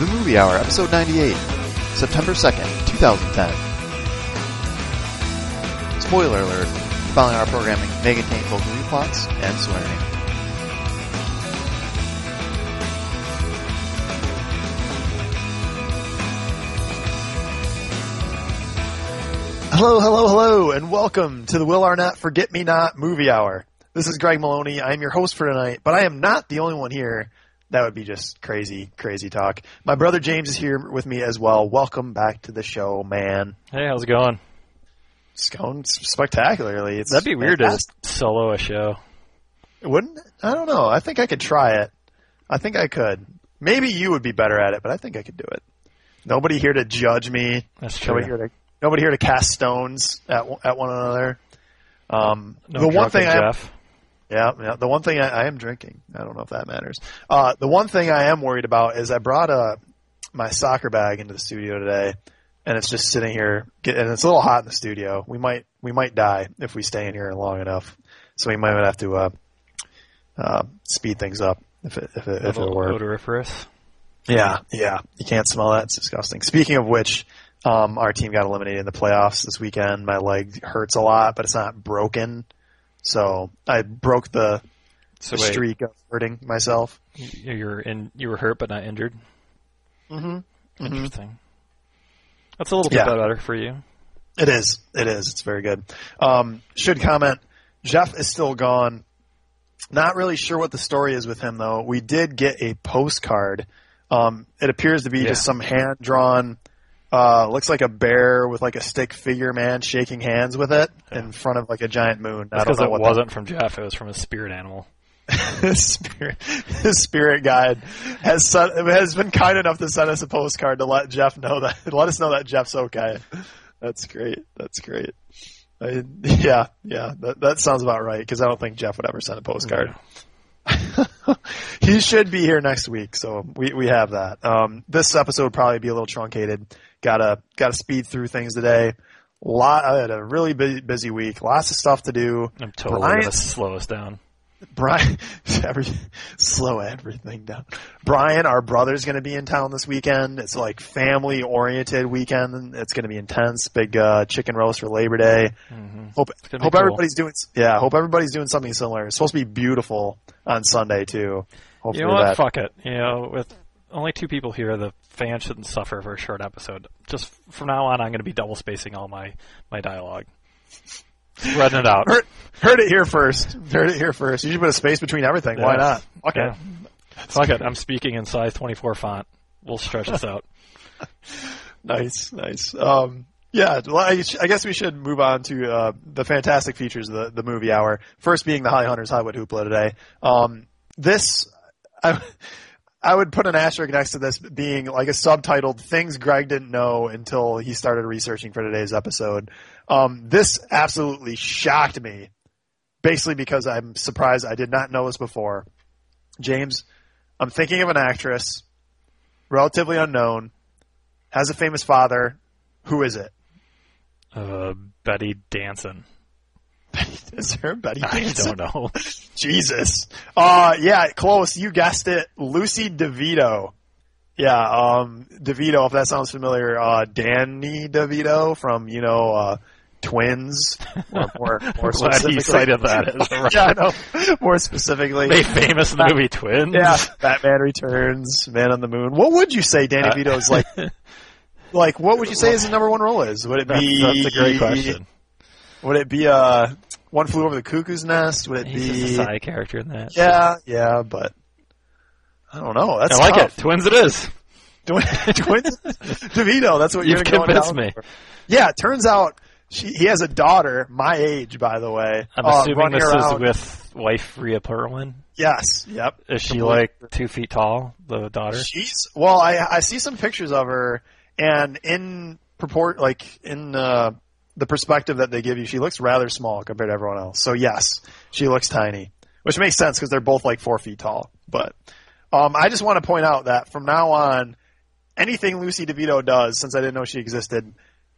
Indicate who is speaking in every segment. Speaker 1: The Movie Hour, Episode 98, September 2nd, 2010. Spoiler alert, the following our programming may contain vulgar plots and swearing. Hello, hello, hello, and welcome to the Will Arnett Forget Me Not Movie Hour. This is Greg Maloney. I'm your host for tonight, but I am not the only one here. That would be just crazy, crazy talk. My brother James is here with me as well. Welcome back to the show, man.
Speaker 2: Hey, how's it going?
Speaker 1: It's going s- spectacularly. It's
Speaker 2: That'd be weird to
Speaker 1: fantastic.
Speaker 2: solo a show.
Speaker 1: Wouldn't I don't know. I think I could try it. I think I could. Maybe you would be better at it, but I think I could do it. Nobody here to judge me.
Speaker 2: That's true.
Speaker 1: Nobody here to nobody here to cast stones at one- at one another. Um,
Speaker 2: No
Speaker 1: the one
Speaker 2: drunken
Speaker 1: thing I am,
Speaker 2: Jeff.
Speaker 1: yeah, yeah, the one thing I, I am drinking. I don't know if that matters. Uh, the one thing I am worried about is I brought uh, my soccer bag into the studio today, and it's just sitting here. Get, and it's a little hot in the studio. We might we might die if we stay in here long enough. So we might have to uh, uh, speed things up if it if it, if it
Speaker 2: Little
Speaker 1: were.
Speaker 2: odoriferous.
Speaker 1: Yeah, yeah. You can't smell that. It's disgusting. Speaking of which, um, our team got eliminated in the playoffs this weekend. My leg hurts a lot, but it's not broken. So I broke the,
Speaker 2: So
Speaker 1: the
Speaker 2: wait,
Speaker 1: streak of hurting myself.
Speaker 2: you you were in, you were hurt but not injured.
Speaker 1: Mm-hmm.
Speaker 2: Interesting. That's a little
Speaker 1: Yeah.
Speaker 2: bit better for you.
Speaker 1: It is. It is. It's very good. Um, should comment. Jeff is still gone. Not really sure what the story is with him though. We did get a postcard. Um, it appears to be
Speaker 2: Yeah.
Speaker 1: just some hand drawn. Uh, looks like a bear with like a stick figure man shaking hands with it in front of like a giant moon. I don't
Speaker 2: That's because
Speaker 1: know
Speaker 2: it
Speaker 1: what
Speaker 2: wasn't from Jeff. It was from a spirit animal.
Speaker 1: his spirit, his spirit guide has sent, has been kind enough to send us a postcard to let Jeff know that let us know that Jeff's okay. That's great. That's great. I, yeah, yeah, that, that sounds about right because I don't think Jeff would ever send a postcard. he should be here next week, so we, we have that. Um, this episode will probably be a little truncated. Gotta gotta speed through things today. Lot I had a really bu- busy week. Lots of stuff to do.
Speaker 2: I'm totally gonna
Speaker 1: Brian's-
Speaker 2: slow us down.
Speaker 1: Brian, every, slow everything down. Brian, our brother's going to be in town this weekend. It's like family oriented weekend. It's going to be intense. Big uh, chicken roast for Labor Day.
Speaker 2: hmm
Speaker 1: Hope
Speaker 2: gonna be
Speaker 1: hope
Speaker 2: cool.
Speaker 1: everybody's doing s- yeah. Hope everybody's doing something similar. It's supposed to be beautiful on Sunday too. Hopefully
Speaker 2: You know what?
Speaker 1: that
Speaker 2: Fuck it. You know, with only two people here, the fans shouldn't suffer for a short episode. Just from now on, I'm going to be double spacing all my my dialogue. Spreading it out.
Speaker 1: heard, heard it here first. Heard it here first. You should put a space between everything. Why
Speaker 2: Yeah.
Speaker 1: not? Okay.
Speaker 2: Yeah. Fuck it. I'm speaking in size 24 font. We'll stretch this out.
Speaker 1: Nice, nice. Um, yeah, well, I I guess we should move on to uh, the fantastic features of the, the movie hour. First being the High Hunters Hollywood Hoopla today. Um, this, I, I would put an asterisk next to this being like a subtitled "Things Greg Didn't Know Until He Started Researching for Today's Episode." Um, this absolutely shocked me, basically because I'm surprised I did not know this before. James, I'm thinking of an actress, relatively unknown has a famous father. Who is it?
Speaker 2: Uh, Betty Danson.
Speaker 1: Is there a Betty
Speaker 2: I
Speaker 1: Davis?
Speaker 2: don't know.
Speaker 1: Jesus. Uh, yeah, close. You guessed it. Lucy DeVito. Yeah, um, DeVito, if that sounds familiar, uh, Danny DeVito from, you know, uh, Twins. Or more, more
Speaker 2: I'm glad
Speaker 1: specifically.
Speaker 2: he cited that as the
Speaker 1: yeah, I know. More specifically.
Speaker 2: They famous movie twins.
Speaker 1: Yeah, Batman Returns, Man on the Moon. What would you say Danny
Speaker 2: Uh,
Speaker 1: DeVito's like? Like, what would you say his number one role is? Would it
Speaker 2: That's,
Speaker 1: be?
Speaker 2: that's a great question.
Speaker 1: Would it be uh one flew over the cuckoo's nest? Would it
Speaker 2: He's just a
Speaker 1: be?
Speaker 2: side character in that.
Speaker 1: Yeah, yeah, but I don't know. That's
Speaker 2: I like
Speaker 1: tough.
Speaker 2: it. Twins it is.
Speaker 1: Dwayne, Dwayne DeVito. That's what
Speaker 2: You've
Speaker 1: you're going
Speaker 2: convinced
Speaker 1: down
Speaker 2: me.
Speaker 1: for. Yeah, turns out she, he has a daughter my age, by the way.
Speaker 2: I'm
Speaker 1: uh,
Speaker 2: assuming
Speaker 1: running
Speaker 2: this
Speaker 1: around.
Speaker 2: is with wife Rhea Perlman.
Speaker 1: Yes. Yep.
Speaker 2: Is she
Speaker 1: Completely.
Speaker 2: like two feet tall, the daughter?
Speaker 1: She's well. I I see some pictures of her, and in purport, like in uh, the perspective that they give you, she looks rather small compared to everyone else. So yes, she looks tiny, which makes sense because they're both like four feet tall. But um, I just want to point out that from now on, anything Lucy DeVito does, since I didn't know she existed,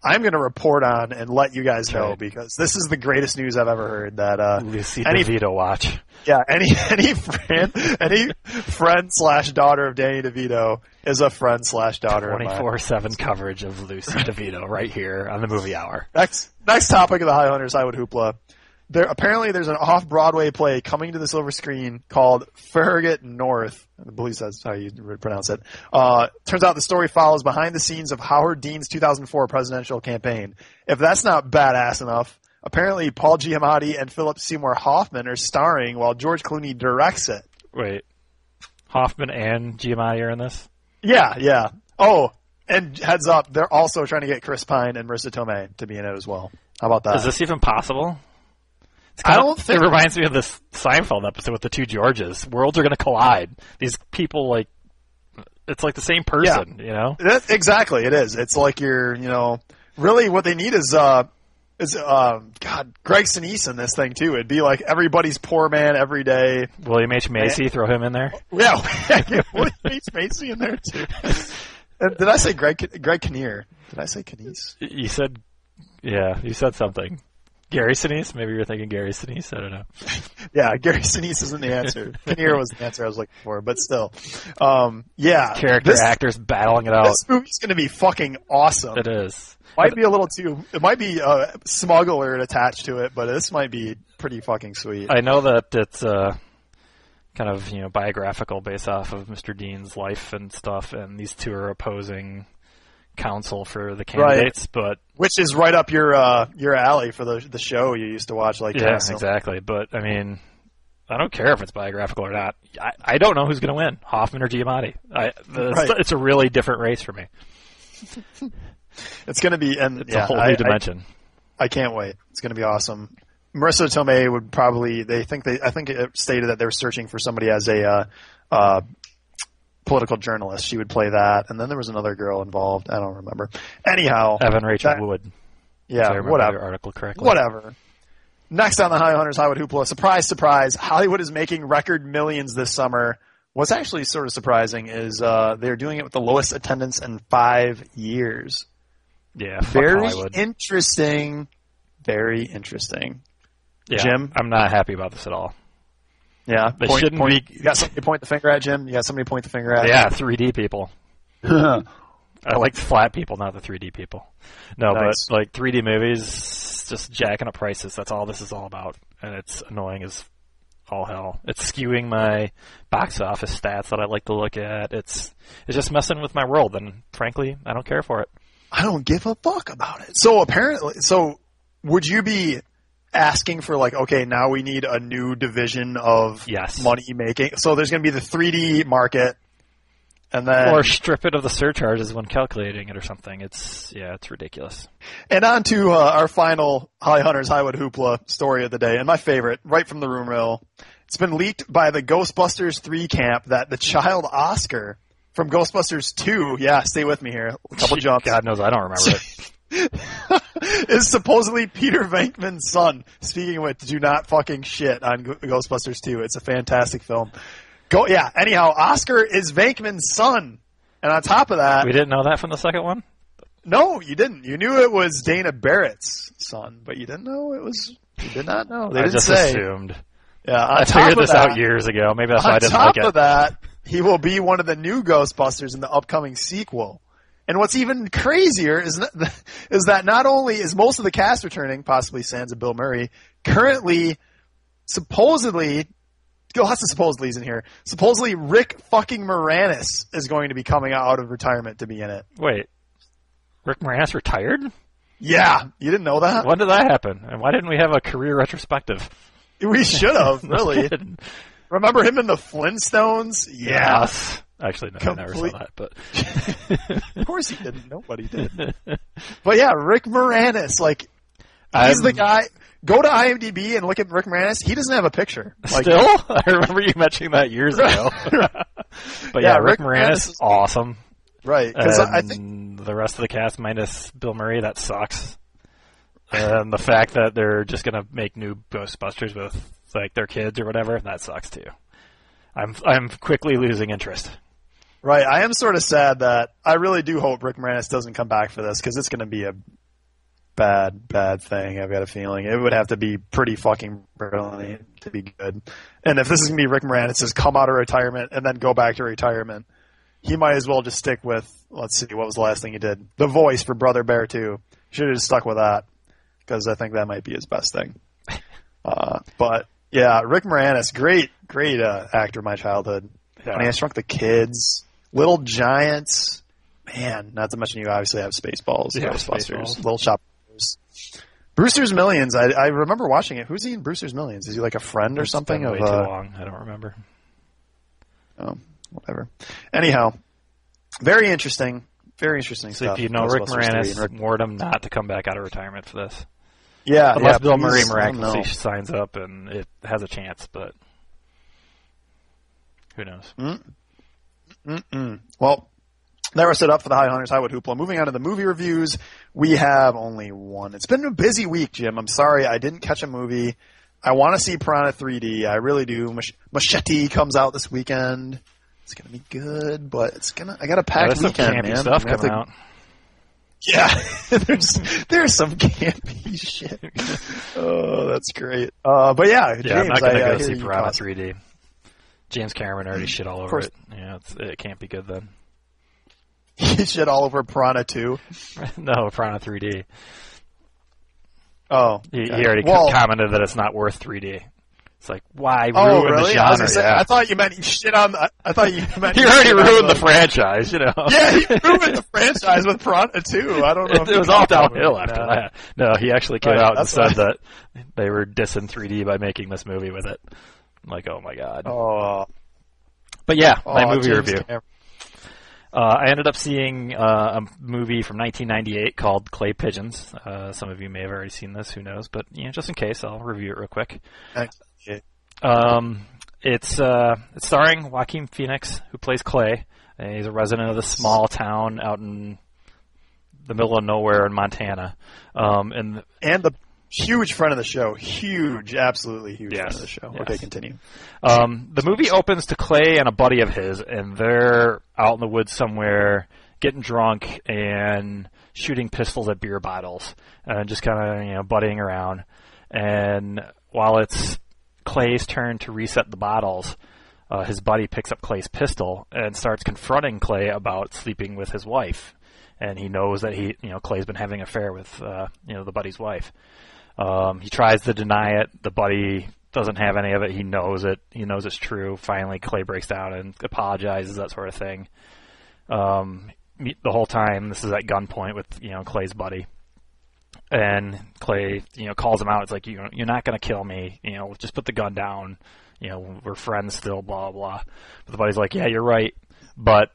Speaker 1: I'm going to report on and let you guys know because this is the greatest news I've ever heard. That uh,
Speaker 2: Lucy
Speaker 1: Any-
Speaker 2: DeVito watch.
Speaker 1: yeah, any any friend any friend slash daughter of Danny DeVito is a friend slash daughter of mine.
Speaker 2: 24 7 coverage of Lucy DeVito right here on the movie hour.
Speaker 1: Next next topic of the High Hunters Highwood Hoopla. There apparently there's an off Broadway play coming to the silver screen called Farragut North. I believe that's how you would pronounce it. Uh, turns out the story follows behind the scenes of Howard Dean's 2004 presidential campaign. If that's not badass enough, apparently Paul Giamatti and Philip Seymour Hoffman are starring while George Clooney directs it.
Speaker 2: Wait. Hoffman and Giamatti are in this?
Speaker 1: Yeah, yeah. Oh, and heads up, they're also trying to get Chris Pine and Marissa Tomei to be in it as well. How about that?
Speaker 2: Is this even possible? It's
Speaker 1: Uh, I
Speaker 2: kinda-
Speaker 1: don't think-
Speaker 2: It reminds me of this Seinfeld episode with the two Georges. Worlds are going to collide. These people, like, it's like the same person, you know?
Speaker 1: That- exactly, it is. It's like you're, you know, really what they need is, uh, is um, God, Greg Sinise in this thing too. It'd be like everybody's poor man every day.
Speaker 2: William H. Macy, throw him in there.
Speaker 1: Yeah, what is Macy in there too? And did I say Greg Greg Kinnear? Did I say Kinese?
Speaker 2: You said, yeah, you said something. Gary Sinise? Maybe you're thinking Gary Sinise. I don't know.
Speaker 1: Yeah, Gary Sinise isn't the answer. Kinnear was the answer I was looking for, but still, um, yeah,
Speaker 2: Character
Speaker 1: this-
Speaker 2: actors battling it out.
Speaker 1: This movie's going to be fucking awesome.
Speaker 2: It is.
Speaker 1: might be a little too. It might be uh, smuggler attached to it, but this might be pretty fucking sweet.
Speaker 2: I know that it's uh, kind of you know biographical, based off of Mr. Dean's life and stuff, and these two are opposing counsel for the candidates. But
Speaker 1: Which is right up your uh, your alley for the the show you used to watch. Like
Speaker 2: yeah,
Speaker 1: constantly.
Speaker 2: exactly. But I mean, I don't care if it's biographical or not. I, I don't know who's going to win, Hoffman or Giamatti. I, the, it's,
Speaker 1: Right.
Speaker 2: it's a really different race for me.
Speaker 1: It's gonna be and
Speaker 2: It's
Speaker 1: yeah,
Speaker 2: a whole new
Speaker 1: I, I,
Speaker 2: dimension.
Speaker 1: I can't wait. It's gonna be awesome. Marissa Tomei would probably. They think they. I think it stated that they were searching for somebody as a uh, uh, political journalist. She would play that, and then there was another girl involved. I don't remember. Anyhow,
Speaker 2: Evan Rachel
Speaker 1: that-
Speaker 2: Wood. if I
Speaker 1: yeah,
Speaker 2: remember
Speaker 1: whatever.
Speaker 2: your article correctly.
Speaker 1: Whatever. Next on the High Hunters Hollywood Hoopla, surprise, surprise, Hollywood is making record millions this summer. What's actually sort of surprising is uh, they're doing it with the lowest attendance in five years.
Speaker 2: Yeah, fuck
Speaker 1: Very
Speaker 2: Hollywood.
Speaker 1: interesting. Very interesting.
Speaker 2: Yeah,
Speaker 1: Jim?
Speaker 2: I'm not happy about this at all.
Speaker 1: Yeah.
Speaker 2: They
Speaker 1: point,
Speaker 2: shouldn't
Speaker 1: point-
Speaker 2: be-
Speaker 1: You got somebody to point the finger at, Jim? You got somebody to point the finger at?
Speaker 2: Yeah, 3D people. I like the flat people, not the 3D people. No,
Speaker 1: Nice.
Speaker 2: but like 3D movies, just jacking up prices. That's all this is all about, and it's annoying as all hell. It's skewing my box office stats that I like to look at. It's it's just messing with my world, and frankly, I don't care for it.
Speaker 1: I don't give a fuck about it. So apparently, so would you be asking for like, okay, now we need a new division of
Speaker 2: Yes.
Speaker 1: money making? So there's going to be the 3D market, and then
Speaker 2: Or strip it of the surcharges when calculating it or something. It's yeah, it's ridiculous.
Speaker 1: and on to uh, our final High Hunters Highwood Hoopla story of the day, and my favorite, right from the rumor mill. It's been leaked by the Ghostbusters 3 camp that the child Oscar from Ghostbusters 2, yeah, stay with me here, a couple jumps.
Speaker 2: God knows I don't remember it.
Speaker 1: is supposedly Peter Venkman's son. Speaking of which, do not fucking shit on Go- Ghostbusters 2. It's a fantastic film. Go, yeah. Anyhow, Oscar is Venkman's son. And on top of that,
Speaker 2: We didn't know that from the second one.
Speaker 1: no, you didn't. You knew it was Dana Barrett's son, but you didn't know it was. You did not know. They
Speaker 2: I
Speaker 1: didn't
Speaker 2: just
Speaker 1: say.
Speaker 2: assumed.
Speaker 1: Yeah, on
Speaker 2: I
Speaker 1: top
Speaker 2: figured
Speaker 1: of
Speaker 2: this
Speaker 1: that,
Speaker 2: out years ago. Maybe that's why I
Speaker 1: on
Speaker 2: didn't
Speaker 1: top
Speaker 2: like it.
Speaker 1: of that, he will be one of the new Ghostbusters in the upcoming sequel. And what's even crazier is that, is that not only is most of the cast returning, possibly sans of Bill Murray, currently, supposedly, lots of supposedlys in here. Supposedly, Rick fucking Moranis is going to be coming out of retirement to be in it.
Speaker 2: Wait, Rick Moranis retired?
Speaker 1: Yeah, you didn't know that?
Speaker 2: When did that happen? And why didn't we have a career retrospective?
Speaker 1: We should have really.
Speaker 2: Didn't.
Speaker 1: Remember him in the Flintstones? Yeah,
Speaker 2: Us. Actually, no, I never
Speaker 1: Complete-
Speaker 2: saw that. But
Speaker 1: of course he didn't. Nobody did. But yeah, Rick Moranis, like He's
Speaker 2: I'm
Speaker 1: the guy. Go to IMDb and look at Rick Moranis. He doesn't have a picture. Like,
Speaker 2: still. I remember you mentioning that years ago. but yeah,
Speaker 1: Yeah,
Speaker 2: Rick,
Speaker 1: Rick
Speaker 2: Moranis
Speaker 1: Moranis
Speaker 2: is
Speaker 1: is-
Speaker 2: awesome.
Speaker 1: right? Because I
Speaker 2: And
Speaker 1: think
Speaker 2: the rest of the cast minus Bill Murray that sucks. And the fact that they're just gonna make new Ghostbusters with like their kids or whatever that sucks too. I'm I'm quickly losing interest.
Speaker 1: right. I am sort of sad that I really do hope Rick Moranis doesn't come back for this because it's going to be a bad, bad thing. I've got a feeling it would have to be pretty fucking brilliant to be good. And if this is gonna be Rick Moranis, just come out of retirement and then go back to retirement. He might as well just stick with. Let's see, what was the last thing he did? The voice for Brother Bear Two. Should have just stuck with that because I think that might be his best thing. Uh, but yeah, Rick Moranis, great, great uh, actor. of My childhood.
Speaker 2: Yeah.
Speaker 1: Honey, I Shrunk the Kids, Little Giants. Man, not to mention you obviously have Spaceballs,
Speaker 2: Yeah,
Speaker 1: Ghostbusters,
Speaker 2: Spaceballs.
Speaker 1: Little Shop. of Horrors. Brewster's Millions. I, I remember watching it. Who's he in Brewster's Millions? Is he like a friend or
Speaker 2: It's
Speaker 1: something
Speaker 2: been
Speaker 1: of
Speaker 2: way
Speaker 1: uh,
Speaker 2: too long. I don't remember.
Speaker 1: oh, whatever? Anyhow, very interesting. Very interesting
Speaker 2: So
Speaker 1: stuff.
Speaker 2: if you know Rick
Speaker 1: Ghostbusters 3 and
Speaker 2: Moranis,
Speaker 1: Rick-
Speaker 2: warn him not to come back out of retirement for this,
Speaker 1: yeah,
Speaker 2: unless
Speaker 1: Uh, yeah,
Speaker 2: Bill Murray
Speaker 1: please, I don't
Speaker 2: miraculously
Speaker 1: know.
Speaker 2: signs up and it has a chance. But who knows?
Speaker 1: Mm-mm. Well, that was set up for the High Hunters Highwood Hoopla. Moving on to the movie reviews, we have only one. It's been a busy week, Jim. I'm sorry I didn't catch a movie. I want to see Piranha 3D. I really do. Mach- Machete comes out this weekend. It's gonna be good, but it's gonna. I got a
Speaker 2: Yeah,
Speaker 1: packed
Speaker 2: there's some
Speaker 1: weekend,
Speaker 2: campy
Speaker 1: man.
Speaker 2: stuff
Speaker 1: I'm gonna have
Speaker 2: coming
Speaker 1: to-
Speaker 2: out.
Speaker 1: yeah, there's there's some campy shit. oh, that's great. Uh, but yeah, James,
Speaker 2: Yeah, I'm not gonna
Speaker 1: I, uh,
Speaker 2: go
Speaker 1: hear
Speaker 2: see
Speaker 1: you
Speaker 2: Piranha
Speaker 1: caught-
Speaker 2: 3D. James Cameron already shit all over
Speaker 1: course.
Speaker 2: it. Yeah, it's, it can't be good then.
Speaker 1: You shit all over Piranha 2.
Speaker 2: no, Piranha 3D.
Speaker 1: Oh,
Speaker 2: He, he
Speaker 1: okay.
Speaker 2: already co-
Speaker 1: Well,
Speaker 2: commented that it's not worth 3D. It's like why
Speaker 1: Oh,
Speaker 2: ruin
Speaker 1: really?
Speaker 2: the
Speaker 1: I, was
Speaker 2: genre?
Speaker 1: gonna say,
Speaker 2: Yeah.
Speaker 1: I thought you meant you shit on. The, I thought you meant
Speaker 2: he
Speaker 1: you
Speaker 2: already
Speaker 1: shit on
Speaker 2: ruined the franchise, you know.
Speaker 1: Yeah, he ruined the franchise with Piranha too. I don't know.
Speaker 2: it,
Speaker 1: if
Speaker 2: it
Speaker 1: you
Speaker 2: was
Speaker 1: caught
Speaker 2: all
Speaker 1: that
Speaker 2: downhill
Speaker 1: one.
Speaker 2: after
Speaker 1: No.
Speaker 2: that. No, he actually came
Speaker 1: Right,
Speaker 2: out and
Speaker 1: that's what
Speaker 2: said that they were dissing 3D by making this movie with it. I'm like, oh my god.
Speaker 1: Oh,
Speaker 2: But yeah, my
Speaker 1: oh,
Speaker 2: movie
Speaker 1: James
Speaker 2: review.
Speaker 1: Cameron.
Speaker 2: Uh, I ended up seeing uh, a movie from 1998 called Clay Pigeons. Uh, some of you may have already seen this, who knows? But you know, just in case, I'll review it real quick.
Speaker 1: Thanks. Yeah.
Speaker 2: Um, it's uh, it's starring Joaquin Phoenix, who plays Clay. And he's a resident of this small town out in the middle of nowhere in Montana. Um, and
Speaker 1: And the huge friend of the show, huge, absolutely huge
Speaker 2: Yes.
Speaker 1: friend of the show.
Speaker 2: Yes.
Speaker 1: Okay, continue.
Speaker 2: Um, the movie opens to Clay and a buddy of his, and they're out in the woods somewhere getting drunk and shooting pistols at beer bottles and just kind of you know buddying around. And while it's Clay's turn to reset the bottles, uh, his buddy picks up Clay's pistol and starts confronting Clay about sleeping with his wife. And he knows that he, you know, Clay's been having an affair with, uh, you know, the buddy's wife. Um, he tries to deny it. The buddy doesn't have any of it. He knows it. He knows it's true. Finally, Clay breaks down and apologizes, that sort of thing. Um, me- the whole time, this is at gunpoint with you know Clay's buddy, and Clay you know calls him out. It's like you you're not gonna kill me. You know, just put the gun down. You know, we're friends still. Blah blah. But the buddy's like, yeah, you're right, but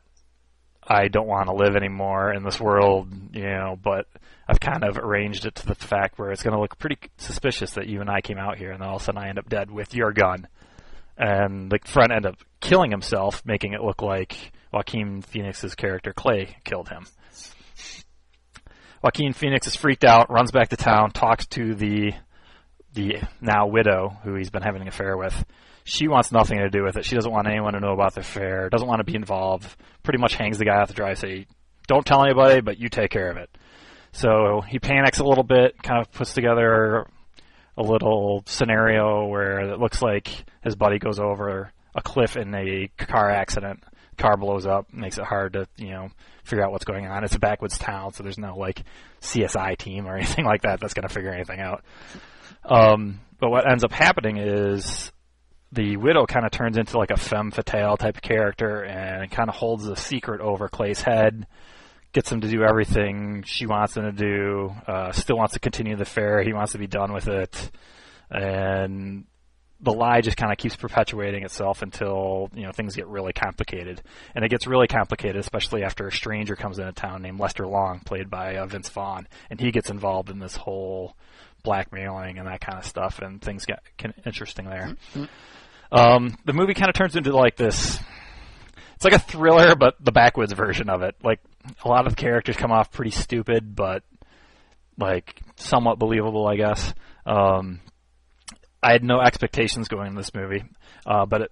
Speaker 2: I don't want to live anymore in this world, you know, but I've kind of arranged it to the fact where it's going to look pretty suspicious that you and I came out here and then all of a sudden I end up dead with your gun. And the friend ended up killing himself, making it look like Joaquin Phoenix's character Clay killed him. Joaquin Phoenix is freaked out, runs back to town, talks to the the now widow who he's been having an affair with. She wants nothing to do with it. She doesn't want anyone to know about the affair. Doesn't want to be involved. Pretty much hangs the guy out to dry. Say, don't tell anybody, but you take care of it. So he panics a little bit. Kind of puts together a little scenario where it looks like his buddy goes over a cliff in a car accident. Car blows up, makes it hard to you know figure out what's going on. It's a backwoods town, so there's no like CSI team or anything like that that's going to figure anything out. Um, but what ends up happening is the widow kind of turns into like a femme fatale type of character and kind of holds a secret over Clay's head, gets him to do everything she wants him to do, uh, still wants to continue the affair. He wants to be done with it. And the lie just kind of keeps perpetuating itself until, you know, things get really complicated. And it gets really complicated, especially after a stranger comes into town named Lester Long, played by uh, Vince Vaughn, and he gets involved in this whole blackmailing and that kind of stuff, and things get can, interesting there. Um, the movie kind of turns into like this. It's like a thriller, but the backwoods version of it. Like a lot of the characters come off pretty stupid, but like somewhat believable, I guess. Um, I had no expectations going into this movie, uh, but it,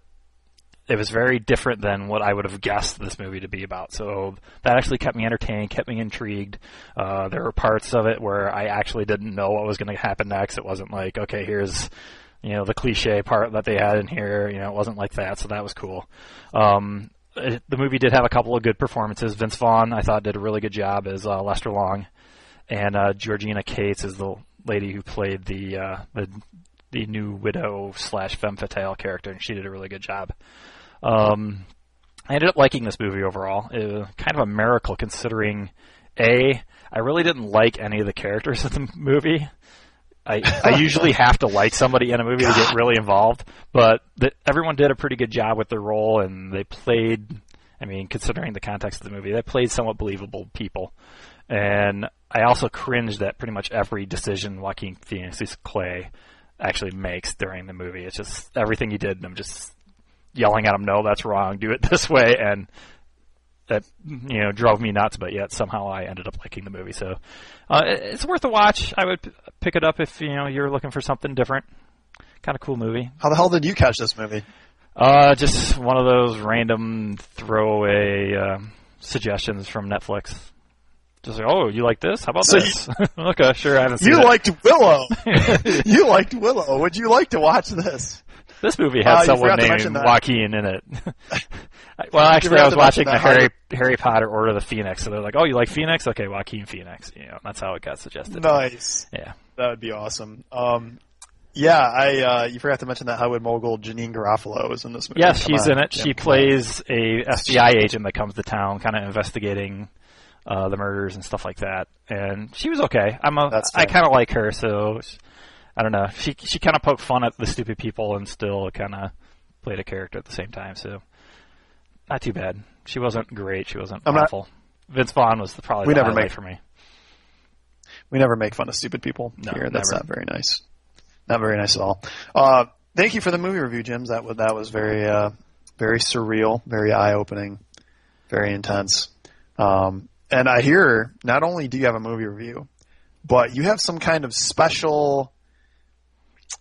Speaker 2: it was very different than what I would have guessed this movie to be about. So that actually kept me entertained, kept me intrigued. Uh, there were parts of it where I actually didn't know what was going to happen next. It wasn't like, okay, here's you know the cliche part that they had in here. You know, it wasn't like that. So that was cool. Um, it, the movie did have a couple of good performances. Vince Vaughn, I thought, did a really good job as uh, Lester Long, and uh, Georgina Cates is the lady who played the uh, the the new widow slash femme fatale character, and she did a really good job. Um, I ended up liking this movie overall. It was kind of a miracle considering, a, I really didn't like any of the characters in the movie. I, I usually have to like somebody in a movie to get really involved, but the, everyone did a pretty good job with their role, and they played. I mean, considering the context of the movie, they played somewhat believable people. And I also cringed at pretty much every decision Joaquin Phoenix's Clay actually makes during the movie. It's just everything he did, and I'm just yelling at him, "No, that's wrong. Do it this way." And that you know drove me nuts, but yet somehow I ended up liking the movie. So uh, it's worth a watch. I would p- pick it up if you know you're looking for something different. Kind of cool movie.
Speaker 1: How the hell did you catch this movie?
Speaker 2: Uh, just one of those random throwaway um, suggestions from Netflix. Just like, oh, you like this? How about
Speaker 1: So you-
Speaker 2: this? okay, sure. I haven't seen
Speaker 1: You
Speaker 2: it.
Speaker 1: liked Willow. you liked Willow. Would you like to watch this?
Speaker 2: This movie had
Speaker 1: Uh, you
Speaker 2: someone
Speaker 1: forgot to
Speaker 2: named
Speaker 1: mention that.
Speaker 2: Joaquin in it. I- well, actually,
Speaker 1: forgot
Speaker 2: I was
Speaker 1: to mention
Speaker 2: watching the
Speaker 1: that.
Speaker 2: Harry Harry Potter Order of the Phoenix, so they're like, "Oh, you like Phoenix? Okay, Joaquin Phoenix." You know, that's how it got suggested.
Speaker 1: Nice.
Speaker 2: Yeah,
Speaker 1: That would be awesome. Um, yeah, I uh, you forgot to mention that Hollywood mogul Janine Garofalo is in this movie.
Speaker 2: yes,
Speaker 1: Come
Speaker 2: she's
Speaker 1: on,
Speaker 2: in it.
Speaker 1: Jim,
Speaker 2: She
Speaker 1: come on.
Speaker 2: plays a FBI agent that comes to town, kind of investigating uh, the murders and stuff like that. And she was okay. I'm a,
Speaker 1: That's
Speaker 2: I
Speaker 1: fair.
Speaker 2: kind of like her, so sh- I don't know. She she kind of poked fun at the stupid people and still kind of played a character at the same time. So not too bad. She wasn't great. She wasn't
Speaker 1: I'm not-
Speaker 2: awful. Vince Vaughn was the, probably
Speaker 1: We
Speaker 2: the
Speaker 1: never
Speaker 2: highlight
Speaker 1: make-
Speaker 2: for me.
Speaker 1: We never make fun of stupid people
Speaker 2: No,
Speaker 1: here. That's
Speaker 2: never.
Speaker 1: not very nice. Not very nice at all. Uh, thank you for the movie review, Jim. That was that was very uh, very surreal, very eye opening, very intense. Um, and I hear not only do you have a movie review, but you have some kind of special.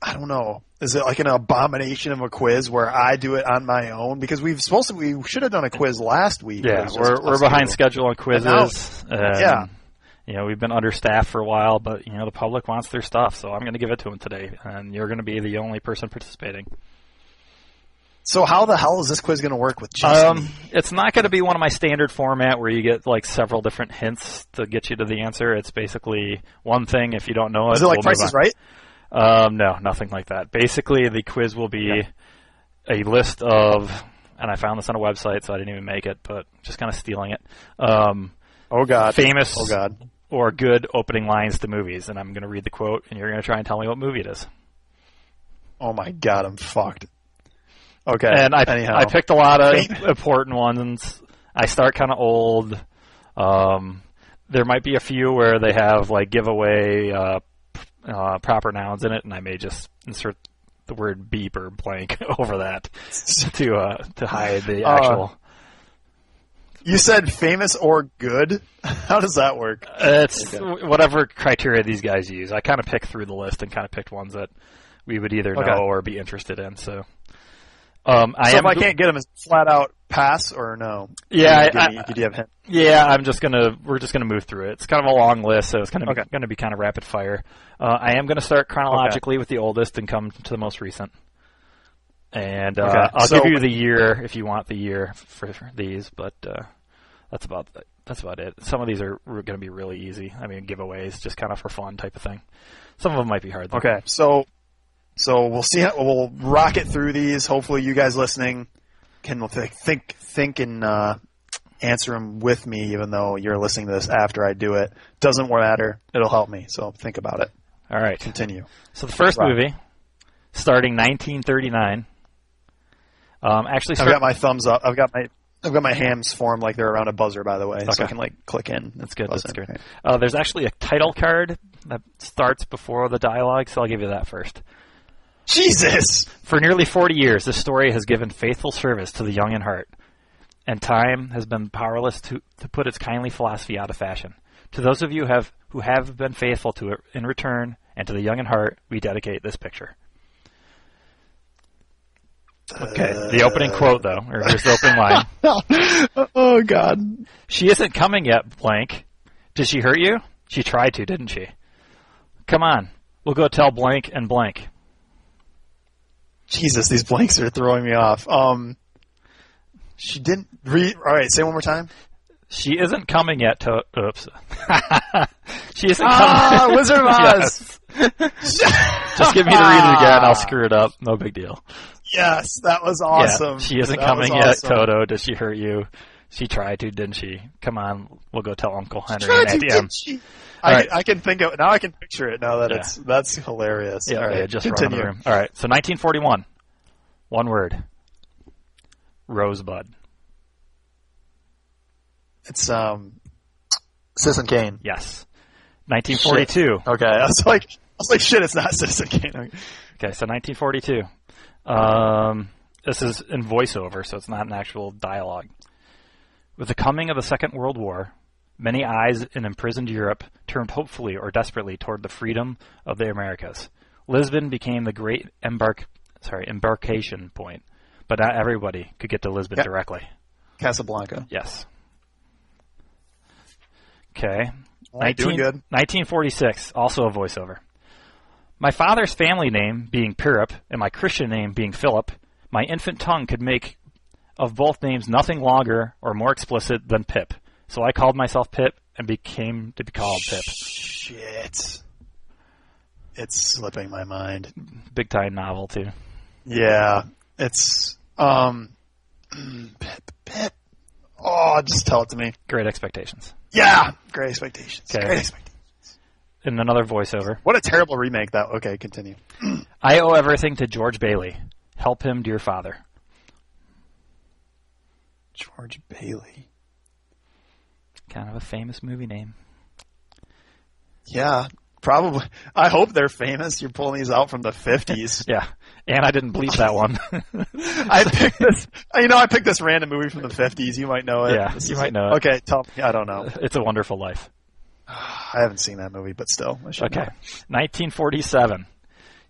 Speaker 1: I don't know. Is it like an abomination of a quiz where I do it on my own? Because we've supposed to, we should have done a quiz last week. It
Speaker 2: Yeah,
Speaker 1: was just
Speaker 2: we're we're
Speaker 1: us
Speaker 2: behind
Speaker 1: two.
Speaker 2: schedule on quizzes. and,
Speaker 1: Yeah.
Speaker 2: You know, we've been understaffed for a while, but you know the public wants their stuff, so I'm going to give it to them today, and you're going to be the only person participating.
Speaker 1: So how the hell is this quiz going to work with just me?
Speaker 2: Um, it's not going to be one of my standard format where you get like several different hints to get you to the answer. It's basically one thing. If you don't know it,
Speaker 1: Is it like
Speaker 2: we'll move
Speaker 1: prices,
Speaker 2: on.
Speaker 1: right?
Speaker 2: Um, no, nothing like that. Basically, the quiz will be a list of, and I found this on a website, so I didn't even make it, but just kind of stealing it. Um,
Speaker 1: Oh god.
Speaker 2: famous
Speaker 1: Oh god.
Speaker 2: or good opening lines to movies, and I'm going to read the quote, and you're going to try and tell me what movie it is.
Speaker 1: Oh my god, I'm fucked. Okay.
Speaker 2: And I
Speaker 1: anyhow.
Speaker 2: I picked a lot of
Speaker 1: Famous.
Speaker 2: important ones. I start kind of old. Um, there might be a few where they have like giveaway uh, p- uh, proper nouns in it, and I may just insert the word beep or blank over that to uh, to hide the
Speaker 1: Uh,
Speaker 2: actual.
Speaker 1: you said famous or good? How does that work?
Speaker 2: It's
Speaker 1: Okay.
Speaker 2: whatever criteria these guys use. I kind of picked through the list and kind of picked ones that we would either know
Speaker 1: Okay.
Speaker 2: or be interested in. So, um, I
Speaker 1: so
Speaker 2: am.
Speaker 1: if I can't get them, is it flat out pass or no?
Speaker 2: yeah,
Speaker 1: You
Speaker 2: I,
Speaker 1: give me- you have hint?
Speaker 2: yeah. I'm just gonna. We're just gonna move through it. It's kind of a long list, so it's kind of
Speaker 1: Okay.
Speaker 2: gonna be kind of rapid fire. Uh, I am gonna start chronologically with the oldest and come to the most recent. And uh,
Speaker 1: Okay.
Speaker 2: I'll
Speaker 1: So-
Speaker 2: give you the year if you want the year for for these, but uh, that's about that's about it. Some of these are going to be really easy. I mean, giveaways, just kind of for fun type of thing. Some of them might be hard. Though.
Speaker 1: Okay. So so we'll see how we'll rocket through these. Hopefully you guys listening can th- think think and uh, answer them with me even though you're listening to this after I do it. Doesn't matter. It'll help me. So think about it.
Speaker 2: All right.
Speaker 1: Continue.
Speaker 2: So the first
Speaker 1: Wow.
Speaker 2: movie, starting 1939. Um, actually,
Speaker 1: I've
Speaker 2: start-
Speaker 1: got my thumbs up. I've got my I've got my hams formed like they're around a buzzer, by the way, so
Speaker 2: Okay.
Speaker 1: I can like click in.
Speaker 2: that's good.
Speaker 1: Buzz
Speaker 2: That's
Speaker 1: in.
Speaker 2: good. Uh, there's actually a title card that starts before the dialogue, so I'll give you that first.
Speaker 1: Jesus,
Speaker 2: For nearly 40 years, this story has given faithful service to the young in heart, and time has been powerless to, to put its kindly philosophy out of fashion. To those of you have, who have been faithful to it in return, and to the young in heart, we dedicate this picture. Okay. The opening quote, though, or here's the opening line.
Speaker 1: oh God.
Speaker 2: She isn't coming yet, blank. Did she hurt you? She tried to, didn't she? Come on. We'll go tell blank and blank.
Speaker 1: Jesus, these blanks are throwing me off. Um, she didn't re. All right, say it one more time.
Speaker 2: She isn't coming yet to. Oops. she isn't
Speaker 1: Ah,
Speaker 2: coming.
Speaker 1: Wizard of Oz.
Speaker 2: Just get me to read it again. I'll screw it up. No big deal.
Speaker 1: Yes, that was awesome.
Speaker 2: Yeah, she isn't
Speaker 1: That was
Speaker 2: coming yet,
Speaker 1: awesome.
Speaker 2: Toto. Did she hurt you? She tried to, didn't she? Come on, we'll go tell Uncle Henry
Speaker 1: Tried
Speaker 2: and
Speaker 1: to
Speaker 2: Auntie Em.
Speaker 1: get you. I,
Speaker 2: All right.
Speaker 1: I can think of now. I can picture it now that
Speaker 2: Yeah.
Speaker 1: it's that's hilarious.
Speaker 2: Yeah,
Speaker 1: All right,
Speaker 2: yeah, just for
Speaker 1: continue.
Speaker 2: the room. All right, so 1941. One word. Rosebud.
Speaker 1: It's um, Citizen Kane.
Speaker 2: Yes. 1942.
Speaker 1: Okay, I was like, I was like, shit, it's not Citizen Kane. Okay.
Speaker 2: Okay, so 1942. Um, this is in voiceover, so it's not an actual dialogue. With the coming of the Second World War, many eyes in imprisoned Europe turned hopefully or desperately toward the freedom of the Americas. Lisbon became the great embark, sorry, embarkation point, but not everybody could get to Lisbon
Speaker 1: Yeah.
Speaker 2: directly.
Speaker 1: Casablanca.
Speaker 2: Yes. Okay.
Speaker 1: All right, doing good.
Speaker 2: 1946, also a voiceover. My father's family name being Pirup and my Christian name being Philip, my infant tongue could make of both names nothing longer or more explicit than Pip. So I called myself Pip and became to be called Pip.
Speaker 1: Shit. It's slipping my mind.
Speaker 2: Big time novel too.
Speaker 1: Yeah, it's um, Pip, Pip. Oh, just tell it to me.
Speaker 2: Great expectations.
Speaker 1: Yeah, Great Expectations.
Speaker 2: Okay.
Speaker 1: Great Expectations.
Speaker 2: In another voiceover.
Speaker 1: What a terrible remake that. Okay, continue.
Speaker 2: I owe everything to George Bailey. Help him, dear father.
Speaker 1: George Bailey.
Speaker 2: Kind of a famous movie name.
Speaker 1: Yeah, probably. I hope they're famous. You're pulling these out from the fifties.
Speaker 2: Yeah. And I didn't bleep that one.
Speaker 1: I picked this. You know, I picked this random movie from the fifties. You might know it.
Speaker 2: Yeah,
Speaker 1: This
Speaker 2: you
Speaker 1: is-
Speaker 2: might know it.
Speaker 1: Okay, tell me. I don't know.
Speaker 2: It's a Wonderful Life.
Speaker 1: I haven't seen that movie, but still, I should
Speaker 2: Okay.
Speaker 1: know.
Speaker 2: 1947.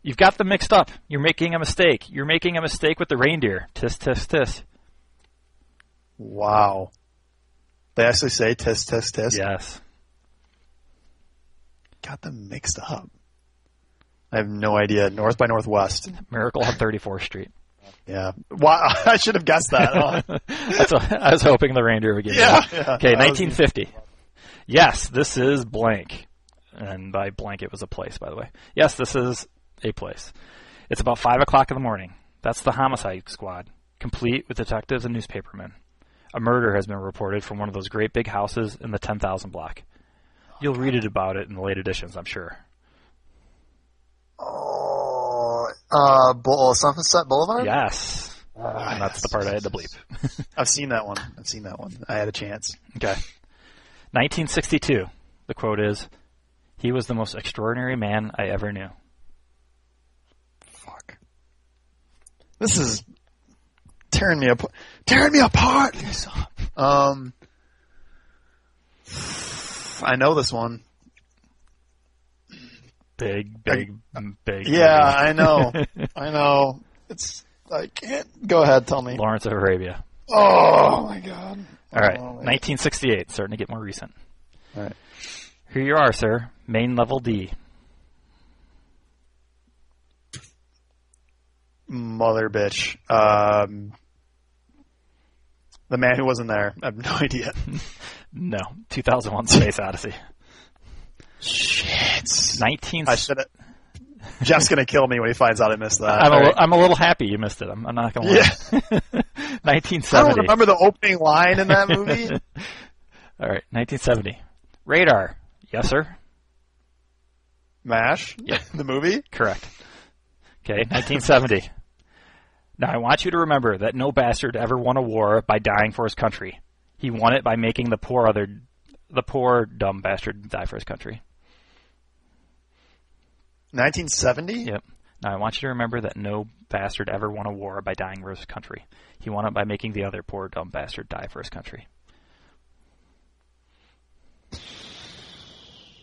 Speaker 2: You've got them mixed up. You're making a mistake. You're making a mistake with the reindeer. Tis, tis, tis.
Speaker 1: Wow. They actually say "tis, tis, tis."
Speaker 2: Yes.
Speaker 1: Got them mixed up. I have no idea. North by Northwest.
Speaker 2: Miracle on 34th Street.
Speaker 1: Yeah. Wow. I should have guessed that. huh?
Speaker 2: That's a, I was hoping the reindeer would get me
Speaker 1: yeah,
Speaker 2: that.
Speaker 1: yeah.
Speaker 2: Okay,
Speaker 1: I was-
Speaker 2: 1950. Yes, this is blank. And by blank, it was a place, by the way. Yes, this is a place. It's about 5 o'clock in the morning. That's the homicide squad, complete with detectives and newspapermen. A murder has been reported from one of those great big houses in the 10,000 block. You'll read it about it in the late editions, I'm sure.
Speaker 1: Oh, uh, Bull, Sunset Boulevard. Ah,
Speaker 2: Yes. And that's the part I had to bleep.
Speaker 1: I've seen that one. I've seen that one. I had a chance.
Speaker 2: Okay. 1962. The quote is, "He was the most extraordinary man I ever knew."
Speaker 1: Fuck. This is tearing me apart. Tearing me apart. Um, I know this one.
Speaker 2: Big, big, big.
Speaker 1: uh, Yeah,
Speaker 2: movie.
Speaker 1: I know. I know. It's. I can't. Go ahead. Tell me.
Speaker 2: Lawrence of Arabia.
Speaker 1: Oh my god.
Speaker 2: All right,
Speaker 1: Oh,
Speaker 2: 1968. Starting to get more recent.
Speaker 1: All right.
Speaker 2: Here you are, sir. Main level D.
Speaker 1: Mother bitch. Um, the man who wasn't there. I have no idea.
Speaker 2: No, 2001: Space Odyssey.
Speaker 1: Shit.
Speaker 2: 19.
Speaker 1: I should have. Jeff's gonna kill me when he finds out I missed that.
Speaker 2: I'm, a
Speaker 1: All
Speaker 2: li-
Speaker 1: right.
Speaker 2: I'm a little happy you missed it. I'm, I'm not gonna lie.
Speaker 1: Yeah.
Speaker 2: 1970.
Speaker 1: I don't remember the opening line in that movie.
Speaker 2: All right, 1970. Radar. Yes, sir.
Speaker 1: Mash, the movie.
Speaker 2: Correct. Okay, 1970. now I want you to remember that no bastard ever won a war by dying for his country. He won it by making the poor other, the poor dumb bastard die for his country.
Speaker 1: 1970.
Speaker 2: Yep. Now I want you to remember that no bastard ever won a war by dying for his country. He won it by making the other poor dumb bastard die for his country.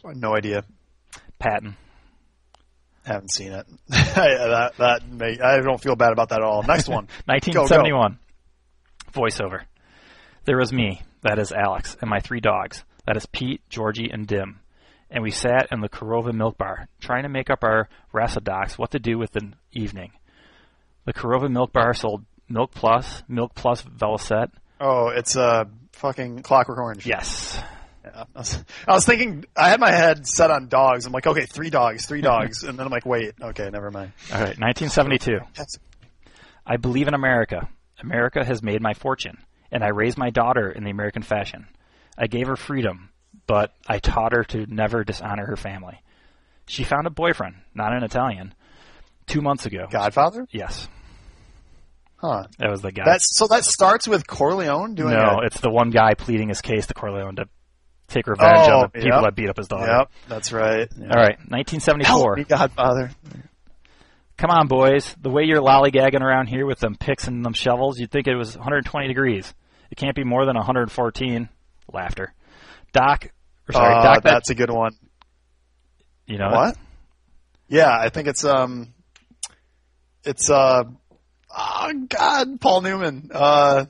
Speaker 1: No idea.
Speaker 2: Patton.
Speaker 1: Haven't seen it. that that may, I don't feel bad about that at all. Next one.
Speaker 2: 1971. Voiceover. There was me, that is Alex, and my three dogs, that is Pete, Georgie, and Dim. And we sat in the Korova Milk Bar, trying to make up our racidocs what to do with the evening. The Korova Milk Bar sold Milk Plus, Milk Plus Velocet.
Speaker 1: Oh, it's uh, fucking Clockwork Orange.
Speaker 2: Yes.
Speaker 1: Yeah. I was, I was thinking, I had my head set on dogs. I'm like, okay, three dogs, three dogs. and then I'm like, wait, okay, never mind.
Speaker 2: All right, 1972.
Speaker 1: That's-
Speaker 2: I believe in America. America has made my fortune, and I raised my daughter in the American fashion. I gave her freedom, but I taught her to never dishonor her family. She found a boyfriend, not an Italian, two months ago.
Speaker 1: Godfather?
Speaker 2: Yes,
Speaker 1: Huh.
Speaker 2: that was the guy.
Speaker 1: That's, so that starts with Corleone doing
Speaker 2: no,
Speaker 1: it.
Speaker 2: it's the one guy pleading his case to Corleone to take revenge
Speaker 1: Oh,
Speaker 2: on the people
Speaker 1: yep.
Speaker 2: that beat up his daughter.
Speaker 1: Yep, that's right.
Speaker 2: All right,
Speaker 1: Help
Speaker 2: 1974.
Speaker 1: me, Godfather.
Speaker 2: Come on, boys. The way you're lollygagging around here with them picks and them shovels, you'd think it was 120 degrees. It can't be more than 114. Laughter. Doc, or sorry,
Speaker 1: Uh,
Speaker 2: Doc, that,
Speaker 1: that's a good one.
Speaker 2: you know
Speaker 1: What? Yeah, I think it's um, it's uh, oh God, Paul Newman. Uh,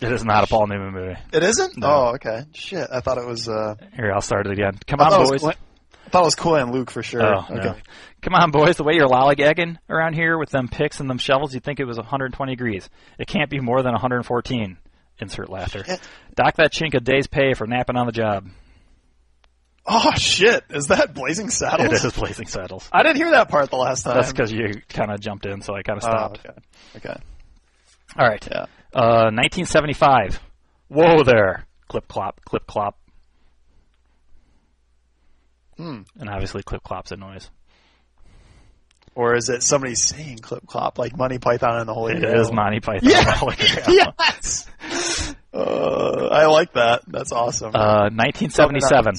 Speaker 2: It is not a Paul Newman movie.
Speaker 1: it isn't.
Speaker 2: No.
Speaker 1: Oh, okay. Shit, I thought it was. Uh,
Speaker 2: Here, I'll start it again. Come
Speaker 1: I
Speaker 2: on,
Speaker 1: thought it was
Speaker 2: boys.
Speaker 1: Clint- I thought it was Cool and Luke for Oh, sure.
Speaker 2: Oh,
Speaker 1: okay.
Speaker 2: no. Come on, boys. The way you're lollygagging around here with them picks and them shovels, you'd think it was 120 degrees. It can't be more than 114. Insert laughter.
Speaker 1: Shit.
Speaker 2: Doc, that chink a day's pay for napping on the job.
Speaker 1: Oh shit! Is that Blazing Saddles?
Speaker 2: It is Blazing Saddles.
Speaker 1: I didn't hear that part the last time.
Speaker 2: That's because you kind of jumped in, so I kind of
Speaker 1: Oh,
Speaker 2: stopped.
Speaker 1: okay. Okay.
Speaker 2: All right.
Speaker 1: Yeah.
Speaker 2: Uh, 1975. Whoa there. Clip clop, clip clop.
Speaker 1: Hmm.
Speaker 2: And obviously, clip clop's a noise.
Speaker 1: Or is it somebody saying "clip clop" like Money Python and the Holy
Speaker 2: It is
Speaker 1: Grail?
Speaker 2: Monty Python.
Speaker 1: Yeah.
Speaker 2: Holy Grail.
Speaker 1: yes. Uh, I like that. That's awesome.
Speaker 2: Uh, 1977.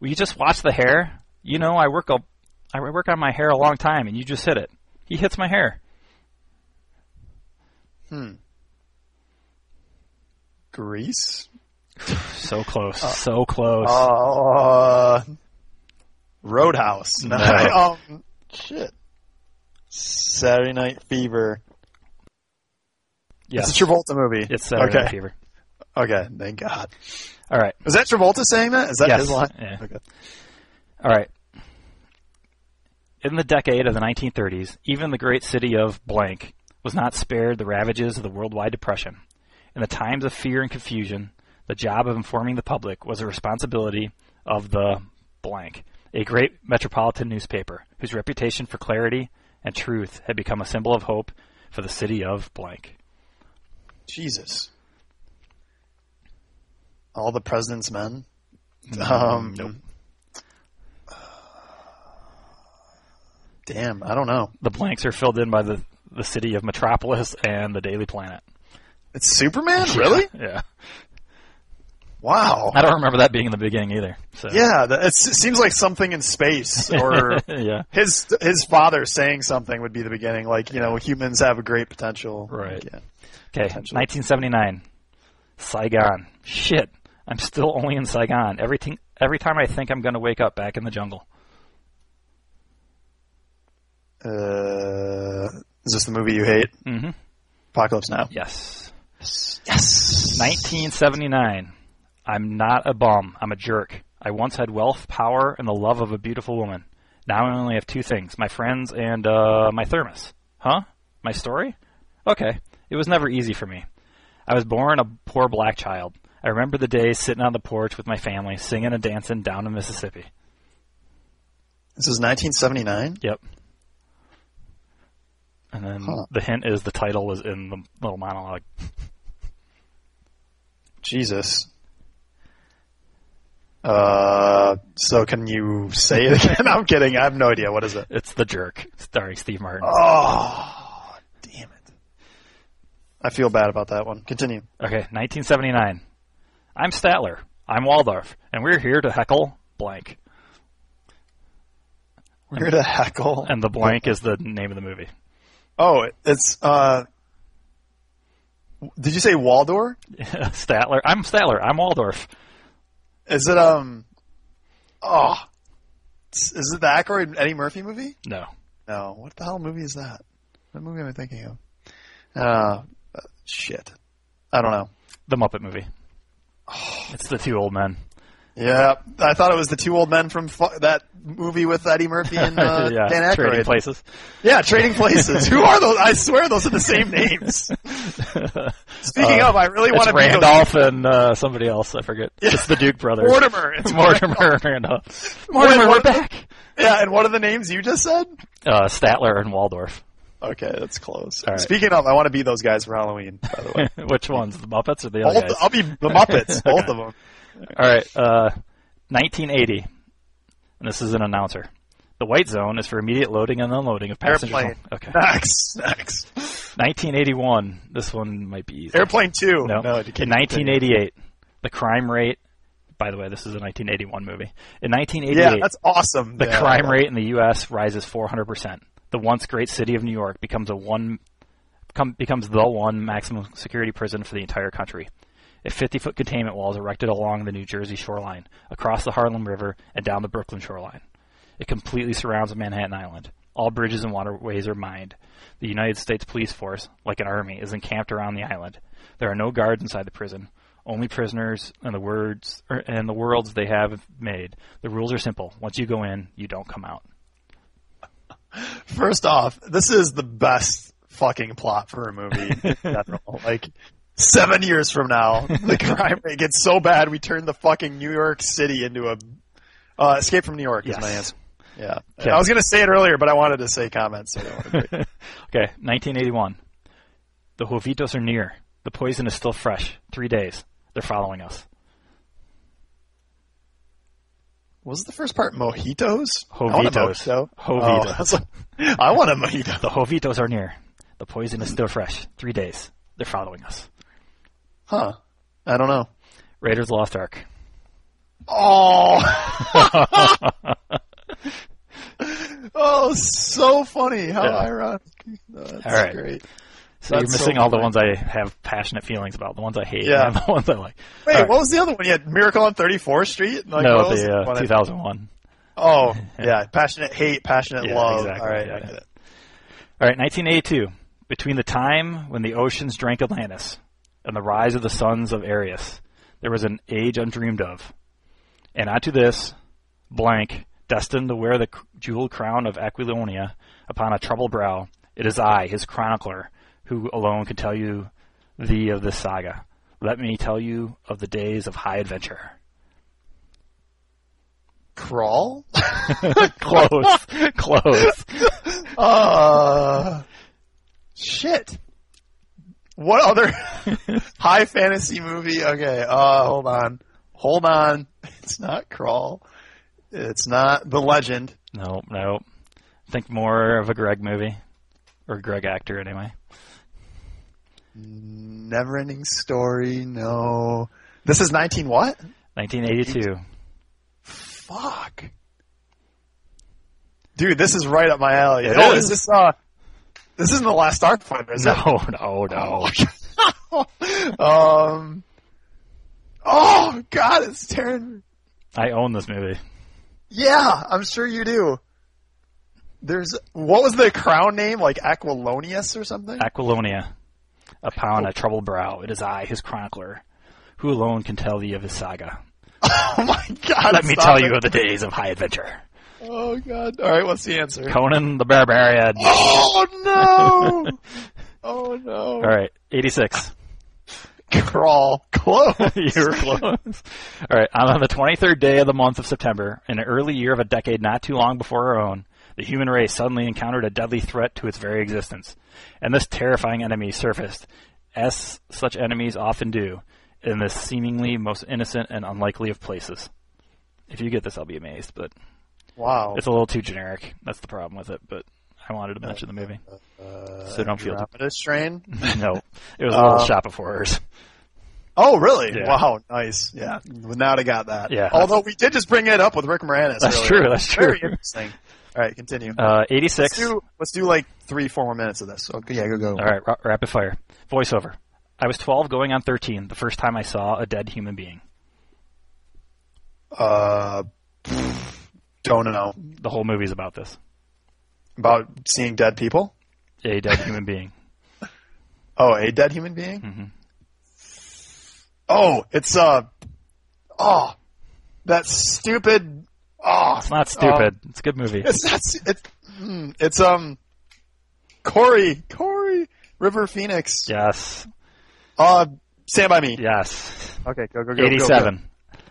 Speaker 2: Will you just watch the hair? You know, I work a, I work on my hair a long time, and you just hit it. He hits my hair.
Speaker 1: Grease.
Speaker 2: So close. so close.
Speaker 1: Uh, Roadhouse.
Speaker 2: No.
Speaker 1: um, shit. Saturday Night Fever.
Speaker 2: yes.
Speaker 1: It's a Travolta movie.
Speaker 2: It's Saturday Night
Speaker 1: okay.
Speaker 2: Fever.
Speaker 1: Okay, thank God.
Speaker 2: All right.
Speaker 1: Is that Travolta saying that? Is that
Speaker 2: Yes.
Speaker 1: his line?
Speaker 2: Yeah.
Speaker 1: Okay.
Speaker 2: All right. In the decade of the 1930s, even the great city of blank was not spared the ravages of the worldwide depression. In the times of fear and confusion, the job of informing the public was the responsibility of the blank, a great metropolitan newspaper whose reputation for clarity and truth had become a symbol of hope for the city of blank.
Speaker 1: Jesus. All the President's Men. Um,
Speaker 2: Nope.
Speaker 1: Damn, I don't know.
Speaker 2: The blanks are filled in by the, the city of Metropolis and the Daily Planet.
Speaker 1: It's Superman? Really?
Speaker 2: Yeah.
Speaker 1: Wow.
Speaker 2: I don't remember that being in the beginning either. So
Speaker 1: Yeah, that, it's, it seems like something in space or
Speaker 2: yeah.
Speaker 1: his his father saying something would be the beginning, like you know humans have a great potential.
Speaker 2: Right.
Speaker 1: Yeah.
Speaker 2: Okay,
Speaker 1: Potentially.
Speaker 2: 1979. Saigon. Shit. I'm still only in Saigon. Everything every time I think I'm going to wake up back in the jungle.
Speaker 1: Uh, is this the movie you hate?
Speaker 2: Mhm.
Speaker 1: Apocalypse Now.
Speaker 2: Yes.
Speaker 1: Yes.
Speaker 2: 1979. I'm not a bum. I'm a jerk. I once had wealth, power, and the love of a beautiful woman. Now I only have two things: my friends and uh, my thermos. Huh? My story? Okay. It was never easy for me. I was born a poor black child. I remember the days sitting on the porch with my family, singing and dancing down in Mississippi.
Speaker 1: This is 1979.
Speaker 2: Yep. And then
Speaker 1: Huh.
Speaker 2: the hint is the title was in the little monologue.
Speaker 1: Jesus. Uh, so can you say it again? I'm kidding. I have no idea. What is it?
Speaker 2: It's The Jerk, starring Steve Martin.
Speaker 1: Oh, damn it! I feel bad about that one. Continue.
Speaker 2: Okay, 1979. I'm Statler. I'm Waldorf, and we're here to heckle blank.
Speaker 1: We're here to heckle.
Speaker 2: And the blank is the name of the movie.
Speaker 1: Oh, it's uh. Did you say Waldor?
Speaker 2: Statler. I'm Statler. I'm Waldorf.
Speaker 1: Is it um? Oh, Is it the Aykroyd Eddie Murphy movie?
Speaker 2: No.
Speaker 1: No. What the hell movie is that? What movie am I thinking of? Uh, uh, shit. I don't know.
Speaker 2: The Muppet movie. It's the two old men.
Speaker 1: Yeah, I thought it was the two old men from fu- that movie with Eddie Murphy and uh, Dan Aykroyd.
Speaker 2: trading places.
Speaker 1: Yeah, Trading Places. Who are those? I swear those are the same names. Speaking
Speaker 2: Uh,
Speaker 1: of, I really want
Speaker 2: It's
Speaker 1: to be those-
Speaker 2: Randolph and uh, somebody else. I forget. It's the Duke brothers.
Speaker 1: Mortimer. It's
Speaker 2: Mortimer and Randolph.
Speaker 1: Wait,
Speaker 2: Mortimer, we're
Speaker 1: what-
Speaker 2: back.
Speaker 1: Yeah, and what are the names you just said?
Speaker 2: Uh, Statler and Waldorf.
Speaker 1: Okay, that's close.
Speaker 2: right.
Speaker 1: Speaking of, I want to be those guys for Halloween. By the way,
Speaker 2: Which ones? The Muppets or the
Speaker 1: both,
Speaker 2: other guys?
Speaker 1: I'll be the Muppets, both of them.
Speaker 2: All right, uh, 1980, and this is an announcer. The white zone is for immediate loading and unloading of passengers.
Speaker 1: Airplane.
Speaker 2: Okay.
Speaker 1: Next, next.
Speaker 2: 1981. This one might be easy.
Speaker 1: Airplane two.
Speaker 2: No.
Speaker 1: no you
Speaker 2: In
Speaker 1: can't
Speaker 2: 1988, the crime rate. By the way, this is a 1981 movie. In
Speaker 1: continue.
Speaker 2: 1988,
Speaker 1: Yeah, that's awesome.
Speaker 2: the
Speaker 1: Yeah,
Speaker 2: crime
Speaker 1: yeah.
Speaker 2: rate in the U.S. rises 400 percent. The once great city of New York becomes a one become, becomes the one maximum security prison for the entire country. A 50-foot containment wall is erected along the New Jersey shoreline, across the Harlem River, and down the Brooklyn shoreline. It completely surrounds Manhattan Island. All bridges and waterways are mined. The United States Police Force, like an army, is encamped around the island. There are no guards inside the prison, only prisoners and the words er, and the worlds they have made. The rules are simple. Once you go in, you don't come out.
Speaker 1: First off, this is the best fucking plot for a movie in general. like seven years from now, the crime rate gets so bad we turn the fucking New York City into a uh, Escape from New York is my answer. Yeah,
Speaker 2: Okay.
Speaker 1: I was gonna say it earlier, but I wanted to say comments. So I don't wanna-
Speaker 2: Okay, 1981. The Jovitos are near. The poison is still fresh. Three days. They're following us.
Speaker 1: was the first part mojitos?
Speaker 2: Jovitos.
Speaker 1: I want a mojito. Oh,
Speaker 2: Jovitos.
Speaker 1: I was like, I want a mojito.
Speaker 2: The Jovitos are near. The poison is still fresh. Three days. They're following us.
Speaker 1: Huh? I don't know.
Speaker 2: Raiders of the Lost Ark.
Speaker 1: Oh. oh, so funny. How
Speaker 2: Yeah.
Speaker 1: ironic. That's
Speaker 2: All right.
Speaker 1: great.
Speaker 2: So
Speaker 1: That's
Speaker 2: you're missing
Speaker 1: so
Speaker 2: all the
Speaker 1: funny.
Speaker 2: ones I have passionate feelings about, the ones I hate,
Speaker 1: Yeah.
Speaker 2: and the ones I like.
Speaker 1: Wait,
Speaker 2: All right.
Speaker 1: what was the other one? You had Miracle on 34th Street? Like, what
Speaker 2: no,
Speaker 1: was
Speaker 2: the
Speaker 1: one I-
Speaker 2: uh, 2001.
Speaker 1: Oh, yeah. Passionate hate, passionate
Speaker 2: Yeah,
Speaker 1: love.
Speaker 2: exactly.
Speaker 1: All right,
Speaker 2: Yeah,
Speaker 1: I
Speaker 2: yeah.
Speaker 1: get it.
Speaker 2: All right, 1982. Between the time when the oceans drank Atlantis and the rise of the sons of Arius, there was an age undreamed of. And unto this, blank, destined to wear the c- jeweled crown of Aquilonia upon a troubled brow, it is I, his chronicler, who alone can tell you thee of this saga. Let me tell you of the days of high adventure.
Speaker 1: Crawl?
Speaker 2: Close, close.
Speaker 1: Uh, shit. What other high fantasy movie? Okay, uh, hold on. Hold on. It's not Crawl. It's not The Legend.
Speaker 2: No, no. Think more of a Greg movie, or Greg actor anyway.
Speaker 1: Never ending story, no. This is 19 what?
Speaker 2: 1982.
Speaker 1: Fuck. Dude, this is right up my alley.
Speaker 2: It
Speaker 1: oh,
Speaker 2: is.
Speaker 1: is this, uh, this isn't the last Starfinder, is it? Oh,
Speaker 2: No, no, no.
Speaker 1: um, oh, God, it's tearing.
Speaker 2: I own this movie.
Speaker 1: Yeah, I'm sure you do. There's, what was the crown name? Like Aquilonius or something?
Speaker 2: Aquilonia, upon a troubled brow, it is I, his chronicler, who alone can tell thee of his saga.
Speaker 1: oh my God.
Speaker 2: Let me
Speaker 1: stop
Speaker 2: tell
Speaker 1: it.
Speaker 2: you of the days of high adventure.
Speaker 1: Oh God. Alright, what's the answer?
Speaker 2: Conan the Barbarian.
Speaker 1: Oh no! oh no!
Speaker 2: All right, 86.
Speaker 1: Crawl close.
Speaker 2: you were close. All right, on the 23rd day of the month of September, in an early year of a decade not too long before our own, the human race suddenly encountered a deadly threat to its very existence. And this terrifying enemy surfaced, as such enemies often do, in this seemingly most innocent and unlikely of places. If you get this, I'll be amazed, but
Speaker 1: Wow.
Speaker 2: it's a little too generic. That's the problem with it, but I wanted to mention the movie. so don't feel
Speaker 1: Andromeda Uh, strain.
Speaker 2: no, it was a little
Speaker 1: Uh,
Speaker 2: shop of horrors.
Speaker 1: Oh really?
Speaker 2: Yeah.
Speaker 1: Wow. Nice. Yeah. Would not have got that.
Speaker 2: Yeah.
Speaker 1: Although we did just bring it up with Rick Moranis.
Speaker 2: That's
Speaker 1: earlier.
Speaker 2: true, that's
Speaker 1: Very
Speaker 2: true.
Speaker 1: interesting. All right, continue.
Speaker 2: Uh,
Speaker 1: let's
Speaker 2: 86.
Speaker 1: do let's do like three, four more minutes of this. Okay. Yeah. Go go.
Speaker 2: All right, ra- rapid fire. Voiceover. I was 12 going on 13 the first time I saw a dead human being.
Speaker 1: Uh. pfft, Don't know
Speaker 2: The whole movie's about this.
Speaker 1: about seeing dead people.
Speaker 2: A dead human being.
Speaker 1: Oh, a dead human being.
Speaker 2: hmm
Speaker 1: Oh, it's uh, oh, that stupid. Oh,
Speaker 2: It's not stupid. it's a good movie.
Speaker 1: it's not. s- It's mm, it's um, Corey, Corey, River Phoenix.
Speaker 2: Yes.
Speaker 1: Uh, Stand by Me.
Speaker 2: Yes.
Speaker 1: Okay, go go go. go, go.
Speaker 2: 87.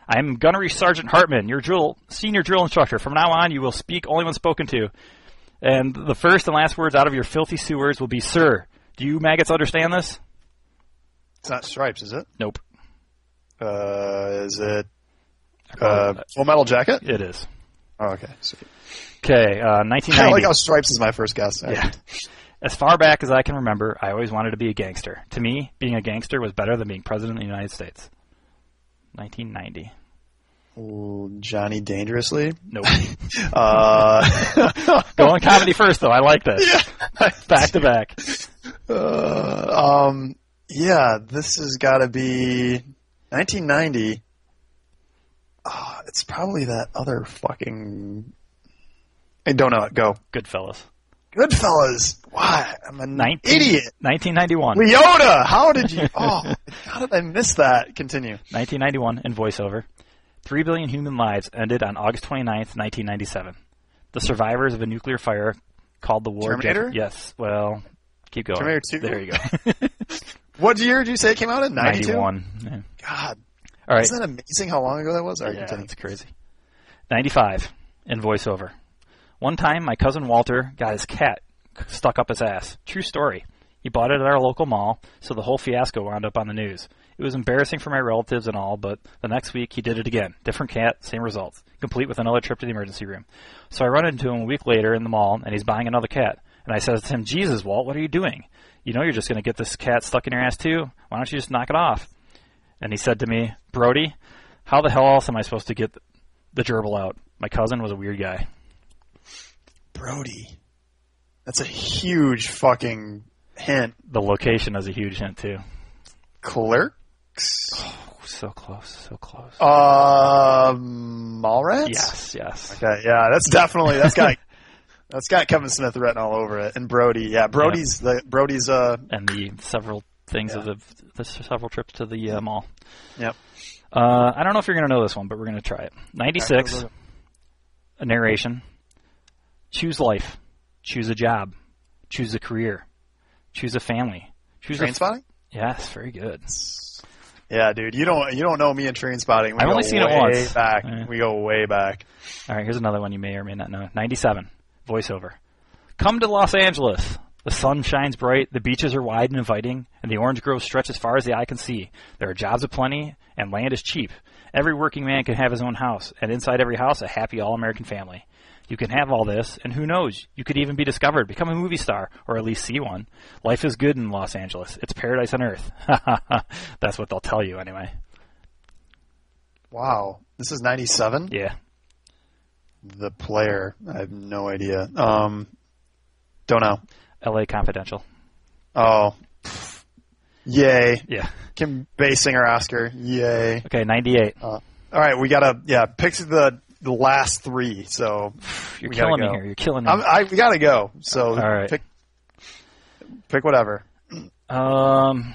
Speaker 2: I'm Gunnery Sergeant Hartman, your drill senior drill instructor. From now on, you will speak only when spoken to, and the first and last words out of your filthy sewers will be "Sir." Do you maggots understand this?
Speaker 1: It's not Stripes, is it?
Speaker 2: Nope.
Speaker 1: Uh, is it uh, Full Metal Jacket?
Speaker 2: It is.
Speaker 1: Oh, okay. Sweet.
Speaker 2: Okay, uh,
Speaker 1: I
Speaker 2: 1990.
Speaker 1: like how Stripes is my first guess.
Speaker 2: Yeah. As far back as I can remember, I always wanted to be a gangster. To me, being a gangster was better than being president of the United States. 1990.
Speaker 1: Ooh, Johnny Dangerously.
Speaker 2: Nope.
Speaker 1: Uh,
Speaker 2: Going comedy first, though. I like this.
Speaker 1: yeah.
Speaker 2: Back to back.
Speaker 1: Uh, um, yeah, this has got to be 1990. Ah, it's probably that other fucking. I don't know it. Go.
Speaker 2: Goodfellas.
Speaker 1: Goodfellas. Why? I'm an
Speaker 2: 19
Speaker 1: idiot.
Speaker 2: 1991.
Speaker 1: Leota, how did you? Oh, how did I miss that? Continue.
Speaker 2: 1991 in voiceover. Three billion human lives ended on August 29th, 1997. The survivors of a nuclear fire called the war.
Speaker 1: Terminator?
Speaker 2: yes. Well, keep going.
Speaker 1: Terminator 2?
Speaker 2: There you go.
Speaker 1: What year did you say it came out in? 92?
Speaker 2: 91. Yeah.
Speaker 1: God,
Speaker 2: All right.
Speaker 1: isn't that amazing how long ago that was? All right,
Speaker 2: Yeah,
Speaker 1: continue.
Speaker 2: that's crazy. 95 in voiceover. One time, my cousin Walter got his cat c- stuck up his ass. True story. He bought it at our local mall, so the whole fiasco wound up on the news. It was embarrassing for my relatives and all, but the next week he did it again. Different cat, same results. Complete with another trip to the emergency room. So I run into him a week later in the mall, and he's buying another cat. And I says to him, Jesus, Walt, what are you doing? You know you're just going to get this cat stuck in your ass too. Why don't you just knock it off? And he said to me, Brody, how the hell else am I supposed to get the gerbil out? My cousin was a weird guy.
Speaker 1: Brody. That's a huge fucking hint.
Speaker 2: The location is a huge hint too.
Speaker 1: Clerks?
Speaker 2: So close, so close.
Speaker 1: Oh, Um, Mallrats?
Speaker 2: yes, yes.
Speaker 1: Okay, yeah, that's definitely that's got that's got Kevin Smith written all over it, and Brody. Yeah, Brody's the Brody's. Uh,
Speaker 2: And the several things
Speaker 1: Yeah.
Speaker 2: of the, the several trips to the uh, mall.
Speaker 1: Yep.
Speaker 2: Uh, I don't know if you're going to know this one, but we're going to try it. 96, a narration. Choose life. Choose a job. Choose a career. Choose a family. Choose a
Speaker 1: train spotting.
Speaker 2: Yes, very good.
Speaker 1: Yeah, dude, you don't you don't know me in train spotting. We
Speaker 2: I've
Speaker 1: go
Speaker 2: only seen it
Speaker 1: way
Speaker 2: once.
Speaker 1: Back,
Speaker 2: Yeah.
Speaker 1: we go way back.
Speaker 2: All right, here's another one you may or may not know. 97, voiceover. Come to Los Angeles. The sun shines bright, the beaches are wide and inviting, and the orange groves stretch as far as the eye can see. There are jobs aplenty, and land is cheap. Every working man can have his own house, and inside every house, a happy all American family. You can have all this, and who knows, you could even be discovered, become a movie star, or at least see one. Life is good in Los Angeles. It's paradise on earth. That's what they'll tell you, anyway.
Speaker 1: Wow, this is '97.
Speaker 2: Yeah.
Speaker 1: The player, I have no idea. Um, don't know.
Speaker 2: LA Confidential.
Speaker 1: Oh, yay!
Speaker 2: Yeah.
Speaker 1: Kim Basinger Oscar, yay!
Speaker 2: Okay, 98.
Speaker 1: Oh, All right, we gotta yeah pick the the last three. So
Speaker 2: You're
Speaker 1: We gotta
Speaker 2: killing me
Speaker 1: go.
Speaker 2: here. You're killing me.
Speaker 1: I'm, I we gotta go. So
Speaker 2: All right.
Speaker 1: pick pick whatever.
Speaker 2: Um,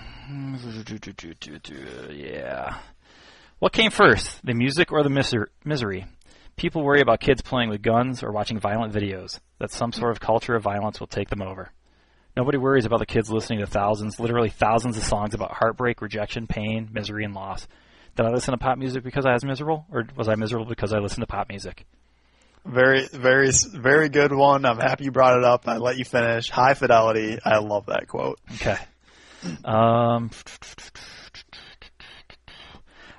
Speaker 2: yeah. What came first, the music or the miser- misery? People worry about kids playing with guns or watching violent videos, that some sort of culture of violence will take them over. Nobody worries about the kids listening to thousands, literally thousands of songs about heartbreak, rejection, pain, misery, and loss. Did I listen to pop music because I was miserable, or was I miserable because I listened to pop music?
Speaker 1: Very very very good one. I'm happy you brought it up. I let you finish. High fidelity. I love that quote.
Speaker 2: Okay. Um,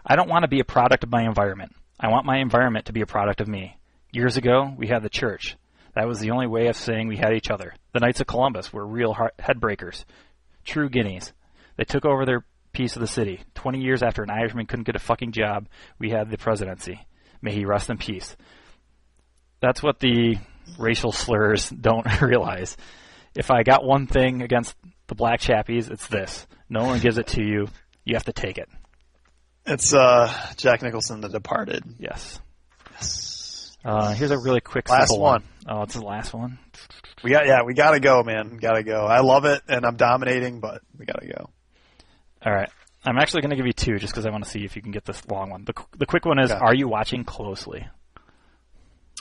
Speaker 2: I don't want to be a product of my environment. I want my environment to be a product of me. Years ago, we had the church. That was the only way of saying we had each other. The Knights of Columbus were real heart- headbreakers, true guineas. They took over their piece of the city. Twenty years after an Irishman couldn't get a fucking job, we had the presidency. May he rest in peace. That's what the racial slurs don't realize if I got one thing against the black chappies, it's this. No one gives it to you. You have to take it.
Speaker 1: It's uh Jack Nicholson, The Departed.
Speaker 2: Yes. Uh, here's a really quick
Speaker 1: Last
Speaker 2: simple one. Oh, it's the last one.
Speaker 1: We got yeah, we gotta go, man. Gotta go. I love it, and I'm dominating, but we gotta go.
Speaker 2: All right. I'm actually going to give you two just because I want to see if you can get this long one. The, qu- the quick one is
Speaker 1: Okay.
Speaker 2: Are you watching closely?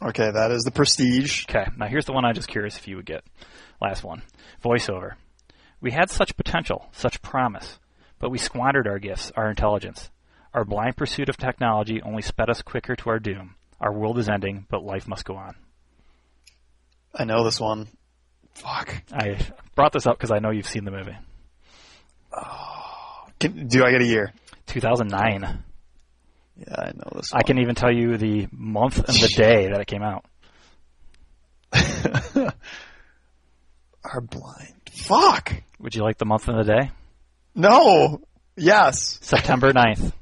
Speaker 1: Okay, that is the prestige.
Speaker 2: Okay, now here's the one I'm just curious if you would get. Last one. Voiceover. We had such potential, such promise, but we squandered our gifts, our intelligence. Our blind pursuit of technology only sped us quicker to our doom. Our world is ending, but life must go on.
Speaker 1: I know this one. Fuck.
Speaker 2: I brought this up because I know you've seen the movie.
Speaker 1: Can, do I get a year?
Speaker 2: 2009.
Speaker 1: Yeah, I know this. One.
Speaker 2: I can even tell you the month and the day that it came out.
Speaker 1: Are blind. Fuck.
Speaker 2: Would you like the month and the day?
Speaker 1: No. Yes.
Speaker 2: September 9th.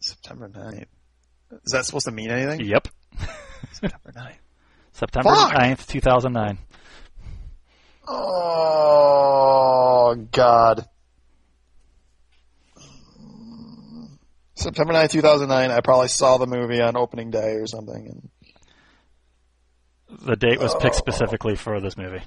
Speaker 1: September 9th. Is that supposed to mean anything?
Speaker 2: Yep.
Speaker 1: September 9th.
Speaker 2: September
Speaker 1: Fuck.
Speaker 2: ninth, 2009.
Speaker 1: Oh God. September 9th, 2009, I probably saw the movie on opening day or something. And
Speaker 2: The date was picked specifically for this movie.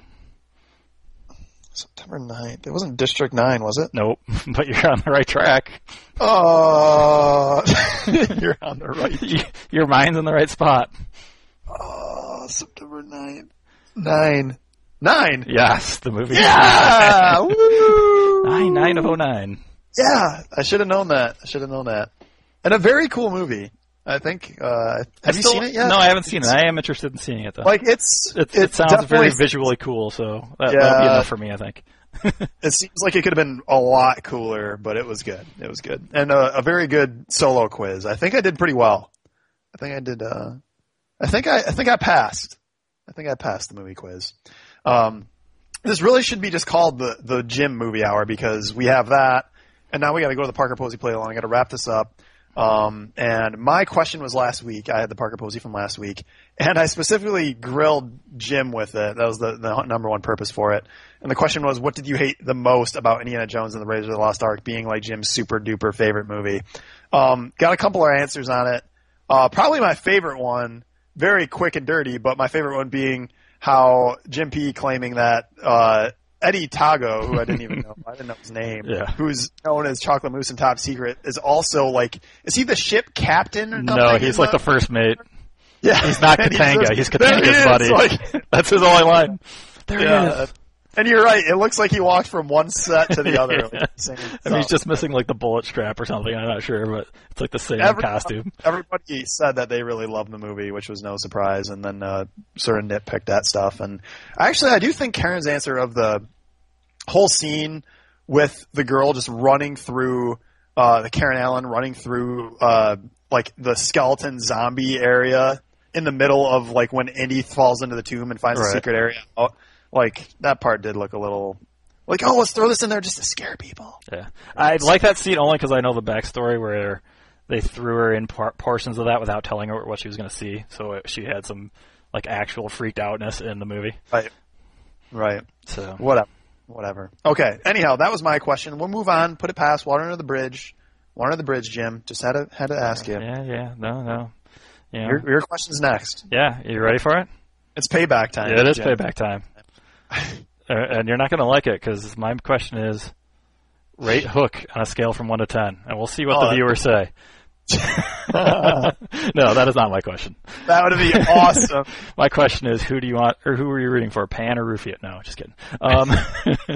Speaker 1: September 9th. It wasn't District 9, was it?
Speaker 2: Nope, but you're on the right track.
Speaker 1: Oh, you're on the right.
Speaker 2: Y- Your mind's in the right spot.
Speaker 1: Oh, September 9th. 9. 9.
Speaker 2: Yes, the movie.
Speaker 1: Yeah! Woo!
Speaker 2: Nine nine oh nine.
Speaker 1: Yeah, I should have known that. I should have known that. And a very cool movie. I think. Uh, have you
Speaker 2: still-
Speaker 1: seen it yet?
Speaker 2: No, I haven't seen it. I am interested in seeing it though.
Speaker 1: Like it's
Speaker 2: it, it sounds
Speaker 1: definitely-
Speaker 2: very visually cool, so that, that'll be
Speaker 1: Yeah.
Speaker 2: enough for me, I think.
Speaker 1: It seems like it could have been a lot cooler, but it was good. It was good, and uh, a, a very good solo quiz. I think I did pretty well. I think I did. Uh, I think I, I think I passed. I think I passed the movie quiz. Um, this really should be just called the the gym movie hour because we have that, and now we got to go to the Parker Posey play along. I got to wrap this up. Um, and my question was last week. I had the Parker Posey from last week, and I specifically grilled Jim with it. That was the, the number one purpose for it. And the question was, what did you hate the most about Indiana Jones and the Raiders of the Lost Ark being like Jim's super duper favorite movie? Um, got a couple of answers on it. Uh, probably my favorite one, very quick and dirty, but my favorite one being how Jim P claiming that uh, Eddie Tago, who I didn't even know, I didn't know his name,
Speaker 2: Yeah.
Speaker 1: who's known as Chocolate Moose and Top Secret, is also like, is he the ship captain? Or
Speaker 2: No,
Speaker 1: something?
Speaker 2: he's like the first mate.
Speaker 1: yeah,
Speaker 2: He's not
Speaker 1: And
Speaker 2: Katanga. He's
Speaker 1: just- there he
Speaker 2: Katanga's
Speaker 1: is,
Speaker 2: buddy.
Speaker 1: like-
Speaker 2: That's his only line. There he
Speaker 1: yeah.
Speaker 2: is.
Speaker 1: And you're right. It looks like he walked from one set to the other.
Speaker 2: Yeah.
Speaker 1: like, singing
Speaker 2: I mean, he's
Speaker 1: songs.
Speaker 2: just missing like the bullet strap or something. I'm not sure, but it's like the same
Speaker 1: Every-
Speaker 2: costume.
Speaker 1: Everybody said that they really loved the movie, which was no surprise. And then uh, sort of nitpicked that stuff. And actually, I do think Karen's answer of the whole scene with the girl just running through uh, the Karen Allen running through uh, like the skeleton zombie area in the middle of like when Indy falls into the tomb and finds the
Speaker 2: Right.
Speaker 1: secret area. Oh, like that part did look a little like oh let's throw this in there just to scare people.
Speaker 2: Yeah, I like that scene only because I know the backstory where they threw her in par- portions of that without telling her what she was going to see, so it, she had some like actual freaked outness in the movie.
Speaker 1: Right. Right.
Speaker 2: So
Speaker 1: Whatever. Whatever. Okay. Anyhow, that was my question. We'll move on. Put it past water under the bridge. Water under the bridge, Jim. Just had to had to ask you.
Speaker 2: yeah, yeah, no, no, yeah,
Speaker 1: Your, your question's next.
Speaker 2: yeah. You ready for it?
Speaker 1: It's payback time.
Speaker 2: Yeah, it is
Speaker 1: Jim.
Speaker 2: payback time, Uh, and you're not going to like it because my question is rate Hook on a scale from one to ten, and we'll see what
Speaker 1: Oh,
Speaker 2: the
Speaker 1: that-
Speaker 2: viewers say. no, that is not my question.
Speaker 1: That would be awesome.
Speaker 2: My question is, who do you want, or who are you rooting for, Pan or Rufio? No, just kidding. Um,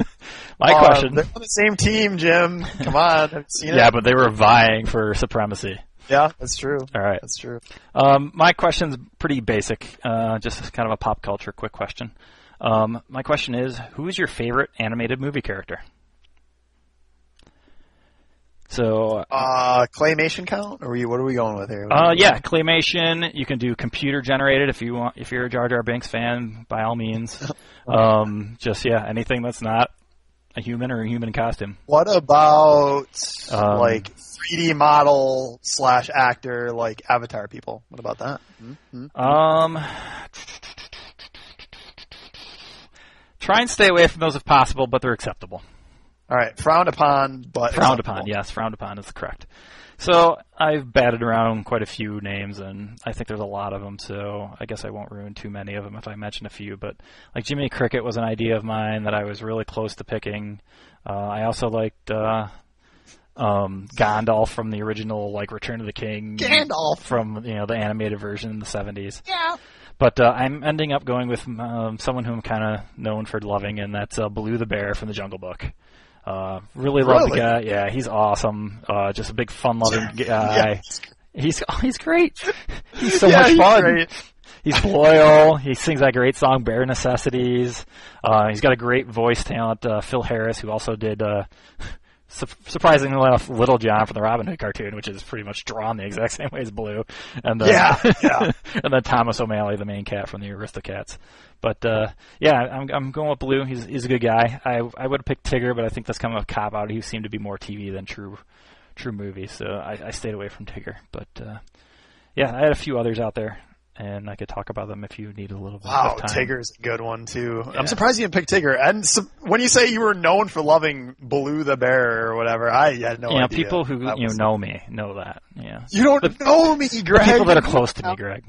Speaker 2: my
Speaker 1: Uh,
Speaker 2: question,
Speaker 1: They're on the same team, Jim. Come on. Have you seen
Speaker 2: yeah,
Speaker 1: it?
Speaker 2: but they were vying for supremacy.
Speaker 1: Yeah, that's true.
Speaker 2: All right.
Speaker 1: That's true.
Speaker 2: Um, my question's pretty basic, uh, just kind of a pop culture quick question. Um, my question is, who is your favorite animated movie character? So,
Speaker 1: Uh, claymation count? Or are you, what are we going with here?
Speaker 2: uh, yeah, claymation. You can do computer generated if you want. If you're a Jar Jar Binks fan, by all means. Um, just yeah, anything that's not a human or a human costume.
Speaker 1: What about
Speaker 2: Um,
Speaker 1: like 3D model slash actor like Avatar people? What about that? Hmm? Hmm?
Speaker 2: Um, try and stay away from those if possible, but they're acceptable.
Speaker 1: All right, frowned upon, but
Speaker 2: Frowned
Speaker 1: acceptable.
Speaker 2: upon, yes, frowned upon is correct. So I've batted around quite a few names, and I think there's a lot of them. So I guess I won't ruin too many of them if I mention a few. But like Jimmy Cricket was an idea of mine that I was really close to picking. Uh, I also liked uh, um, Gandalf from the original, like Return of the King,
Speaker 1: Gandalf.
Speaker 2: from you know the animated version in the 70s.
Speaker 1: Yeah.
Speaker 2: But uh, I'm ending up going with um, someone who I'm kind of known for loving, and that's uh, Blue the Bear from the Jungle Book. Uh, really love
Speaker 1: Really?
Speaker 2: the guy. Yeah, he's awesome. Uh, just a big fun-loving
Speaker 1: Yeah.
Speaker 2: guy. He's oh, he's great. He's so
Speaker 1: Yeah,
Speaker 2: much
Speaker 1: he's
Speaker 2: fun.
Speaker 1: great.
Speaker 2: He's loyal. He sings that great song "Bare Necessities." Uh, he's got a great voice talent. Uh, Phil Harris, who also did uh, su- surprisingly enough, Little John from the Robin Hood cartoon, which is pretty much drawn the exact same way as Blue, and then,
Speaker 1: Yeah, yeah.
Speaker 2: and then Thomas O'Malley, the main cat from the Aristocats. But uh, yeah, I'm I'm going with Blue. He's he's a good guy. I I would have picked Tigger, but I think that's kind of a cop out. He seemed to be more TV than true true movie, so I, I stayed away from Tigger. But uh, yeah, I had a few others out there, and I could talk about them if you need a little bit
Speaker 1: Wow,
Speaker 2: of time.
Speaker 1: Tigger's a good one too.
Speaker 2: Yeah.
Speaker 1: I'm surprised you didn't pick Tigger. And su- when you say you were known for loving Blue the Bear or whatever, I had no
Speaker 2: you know,
Speaker 1: idea.
Speaker 2: people who
Speaker 1: That
Speaker 2: you know,
Speaker 1: was-
Speaker 2: know me know that. Yeah,
Speaker 1: You don't know me,
Speaker 2: the
Speaker 1: Greg.
Speaker 2: people that are close to me, Greg.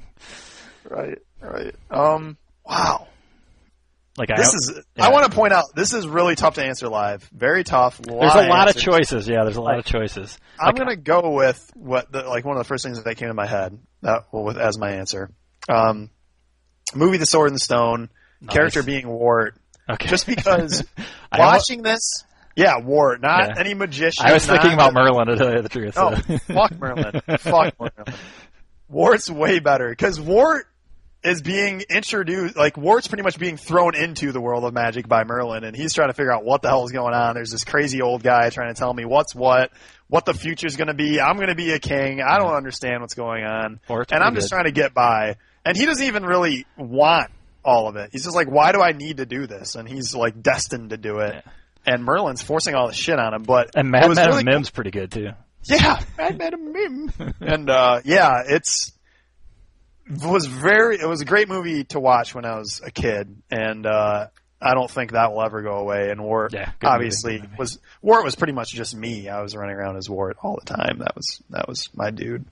Speaker 1: Right, right. Um, wow.
Speaker 2: Like I,
Speaker 1: This is.
Speaker 2: yeah.
Speaker 1: I want to point out this is really tough to answer live. Very tough.
Speaker 2: there's a lot of
Speaker 1: answers.
Speaker 2: choices. Yeah, there's a lot of choices.
Speaker 1: I'm
Speaker 2: Like,
Speaker 1: gonna go with what the, like one of the first things that came to my head that well, with as my answer. Um, movie The Sword and Stone,
Speaker 2: Nice.
Speaker 1: character being Wart,
Speaker 2: okay.
Speaker 1: just because
Speaker 2: I almost-
Speaker 1: watching this. Yeah, Wart, not
Speaker 2: Yeah.
Speaker 1: any magician.
Speaker 2: I was thinking
Speaker 1: not-
Speaker 2: about Merlin to tell you the truth.
Speaker 1: Oh,
Speaker 2: so.
Speaker 1: fuck Merlin. fuck Merlin. Wart's way better because Wart is being introduced, like Wart's pretty much being thrown into the world of magic by Merlin, and he's trying to figure out what the hell is going on. There's this crazy old guy trying to tell me what's what, what the future's going to be. I'm going to be a king. I
Speaker 2: Mm-hmm.
Speaker 1: don't understand what's going on,
Speaker 2: Or it's
Speaker 1: and I'm
Speaker 2: pretty
Speaker 1: just
Speaker 2: good.
Speaker 1: trying to get by. And he doesn't even really want all of it. He's just like, why do I need to do this? And he's like destined to do it.
Speaker 2: Yeah.
Speaker 1: And Merlin's forcing all this shit on him, but
Speaker 2: And
Speaker 1: it
Speaker 2: Mad
Speaker 1: was
Speaker 2: Men
Speaker 1: really
Speaker 2: and Mim's pretty good too.
Speaker 1: yeah, I met a meme. and uh, yeah, it's it was very it was a great movie to watch when I was a kid, and uh, I don't think that will ever go away. And Wart
Speaker 2: Yeah, good movie,
Speaker 1: obviously
Speaker 2: good movie.
Speaker 1: was Wart was pretty much just me. I was running around as Wart all the time. That was that was my dude.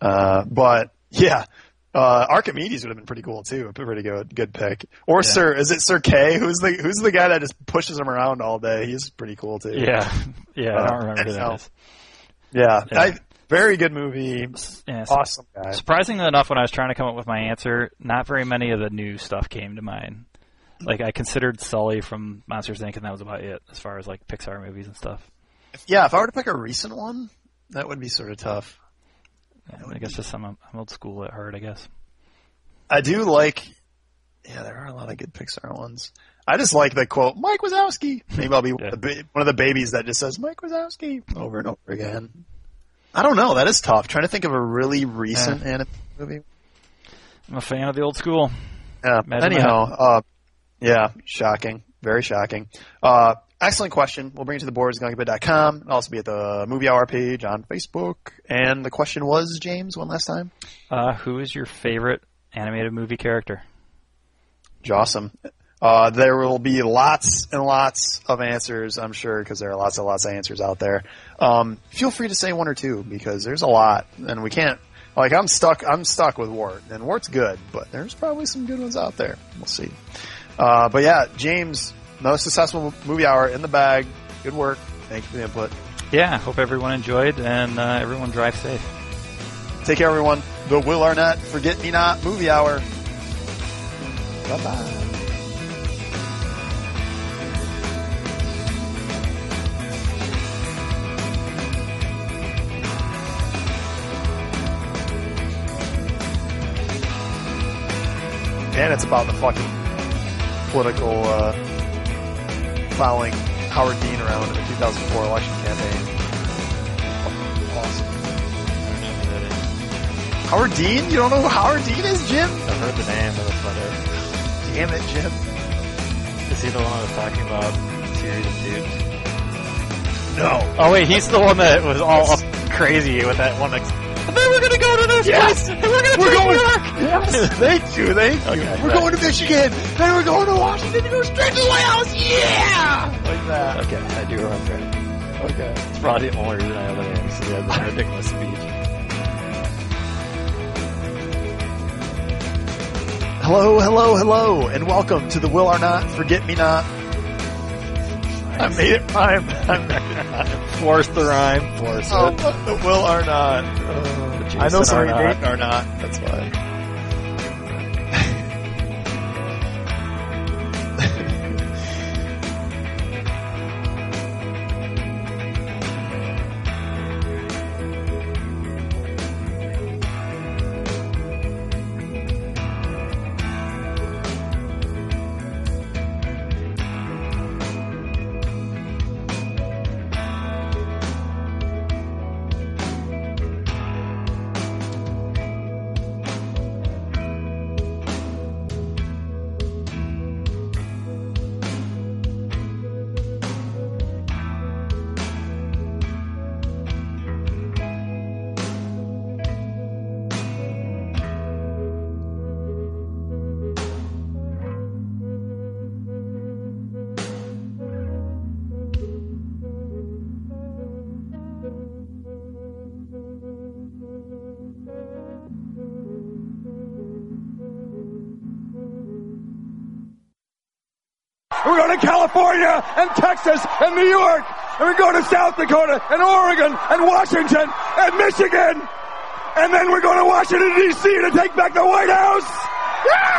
Speaker 1: Uh, but yeah. Uh, Archimedes would have been pretty cool too. A pretty good, good pick. Or Sir, is it Sir K? Who's the Who's the guy that just pushes him around all day? He's pretty cool too.
Speaker 2: Yeah, yeah. I
Speaker 1: Uh,
Speaker 2: don't remember who that
Speaker 1: anyhow.
Speaker 2: is.
Speaker 1: yeah.
Speaker 2: Yeah.
Speaker 1: I, very good movie.
Speaker 2: Yeah, so-
Speaker 1: Awesome guy.
Speaker 2: Surprisingly enough, when I was trying to come up with my answer, not very many of the new stuff came to mind. Like I considered Sully from Monsters Inc., and that was about it as far as like Pixar movies and stuff.
Speaker 1: Yeah, if I were to pick a recent one, that would be sort of tough.
Speaker 2: Yeah, I guess just I'm, I'm old school at heart. I guess.
Speaker 1: I do like. Yeah, there are a lot of good Pixar ones. I just like the quote Mike Wazowski. Maybe I'll be one,
Speaker 2: Yeah.
Speaker 1: of the ba- one of the babies that just says Mike Wazowski over and over again. I don't know. That is tough. Trying to think of a really recent anime movie.
Speaker 2: I'm a fan of the old school.
Speaker 1: Yeah.
Speaker 2: Imagine
Speaker 1: Anyhow, uh, yeah, shocking. Very shocking. Uh, excellent question. We'll bring it to the boards, gunkybit.com. It'll also be at the movie hour page on Facebook. And the question was, James, one last time.
Speaker 2: Uh, who is your favorite animated movie character?
Speaker 1: Awesome. Uh, there will be lots and lots of answers, I'm sure, because there are lots and lots of answers out there. Um, feel free to say one or two because there's a lot, and we can't. Like I'm stuck. I'm stuck with Wart, and Wart's good, but there's probably some good ones out there. We'll see. Uh, but yeah, James, another successful movie hour in the bag. Good work. Thank you for the input.
Speaker 2: Yeah, hope everyone enjoyed and uh, everyone drive safe.
Speaker 1: Take care, everyone. The Will Arnett Forget Me Not Movie Hour. Bye bye. And it's about the fucking political uh, following Howard Dean around in the 2004 election campaign. Fucking Awesome. Howard Dean? You don't know who Howard Dean is, Jim?
Speaker 2: I heard the name, but that's about
Speaker 1: Damn it, Jim.
Speaker 2: it. Is he the one I was talking about? Series of dudes.
Speaker 1: No.
Speaker 2: Oh wait, he's the one that was all up crazy with that one. Ex- and then we're gonna go to this
Speaker 1: Yes!
Speaker 2: place, and we're gonna
Speaker 1: We're
Speaker 2: take
Speaker 1: going-
Speaker 2: New York.
Speaker 1: Thank you, thank you.
Speaker 2: Okay,
Speaker 1: we're
Speaker 2: right.
Speaker 1: going to Michigan, and we're going to Washington to go straight to the White House. Yeah! Like that.
Speaker 2: Okay, I do remember. it.
Speaker 1: Okay.
Speaker 2: It's probably the only reason I have it in, because he has a ridiculous speech.
Speaker 1: Hello, hello, hello, and welcome to the Will or Not Forget Me Not. I made it rhyme. I
Speaker 2: Force the rhyme. Force
Speaker 1: made it. Oh, the Will or Not. Uh, I know
Speaker 2: Jason
Speaker 1: somebody
Speaker 2: Arnott.
Speaker 1: named or not. That's why.
Speaker 3: And we go to California and Texas and New York. And we go to South Dakota and Oregon and Washington and Michigan. And then we're going to Washington D.C. to take back the White House. Yeah!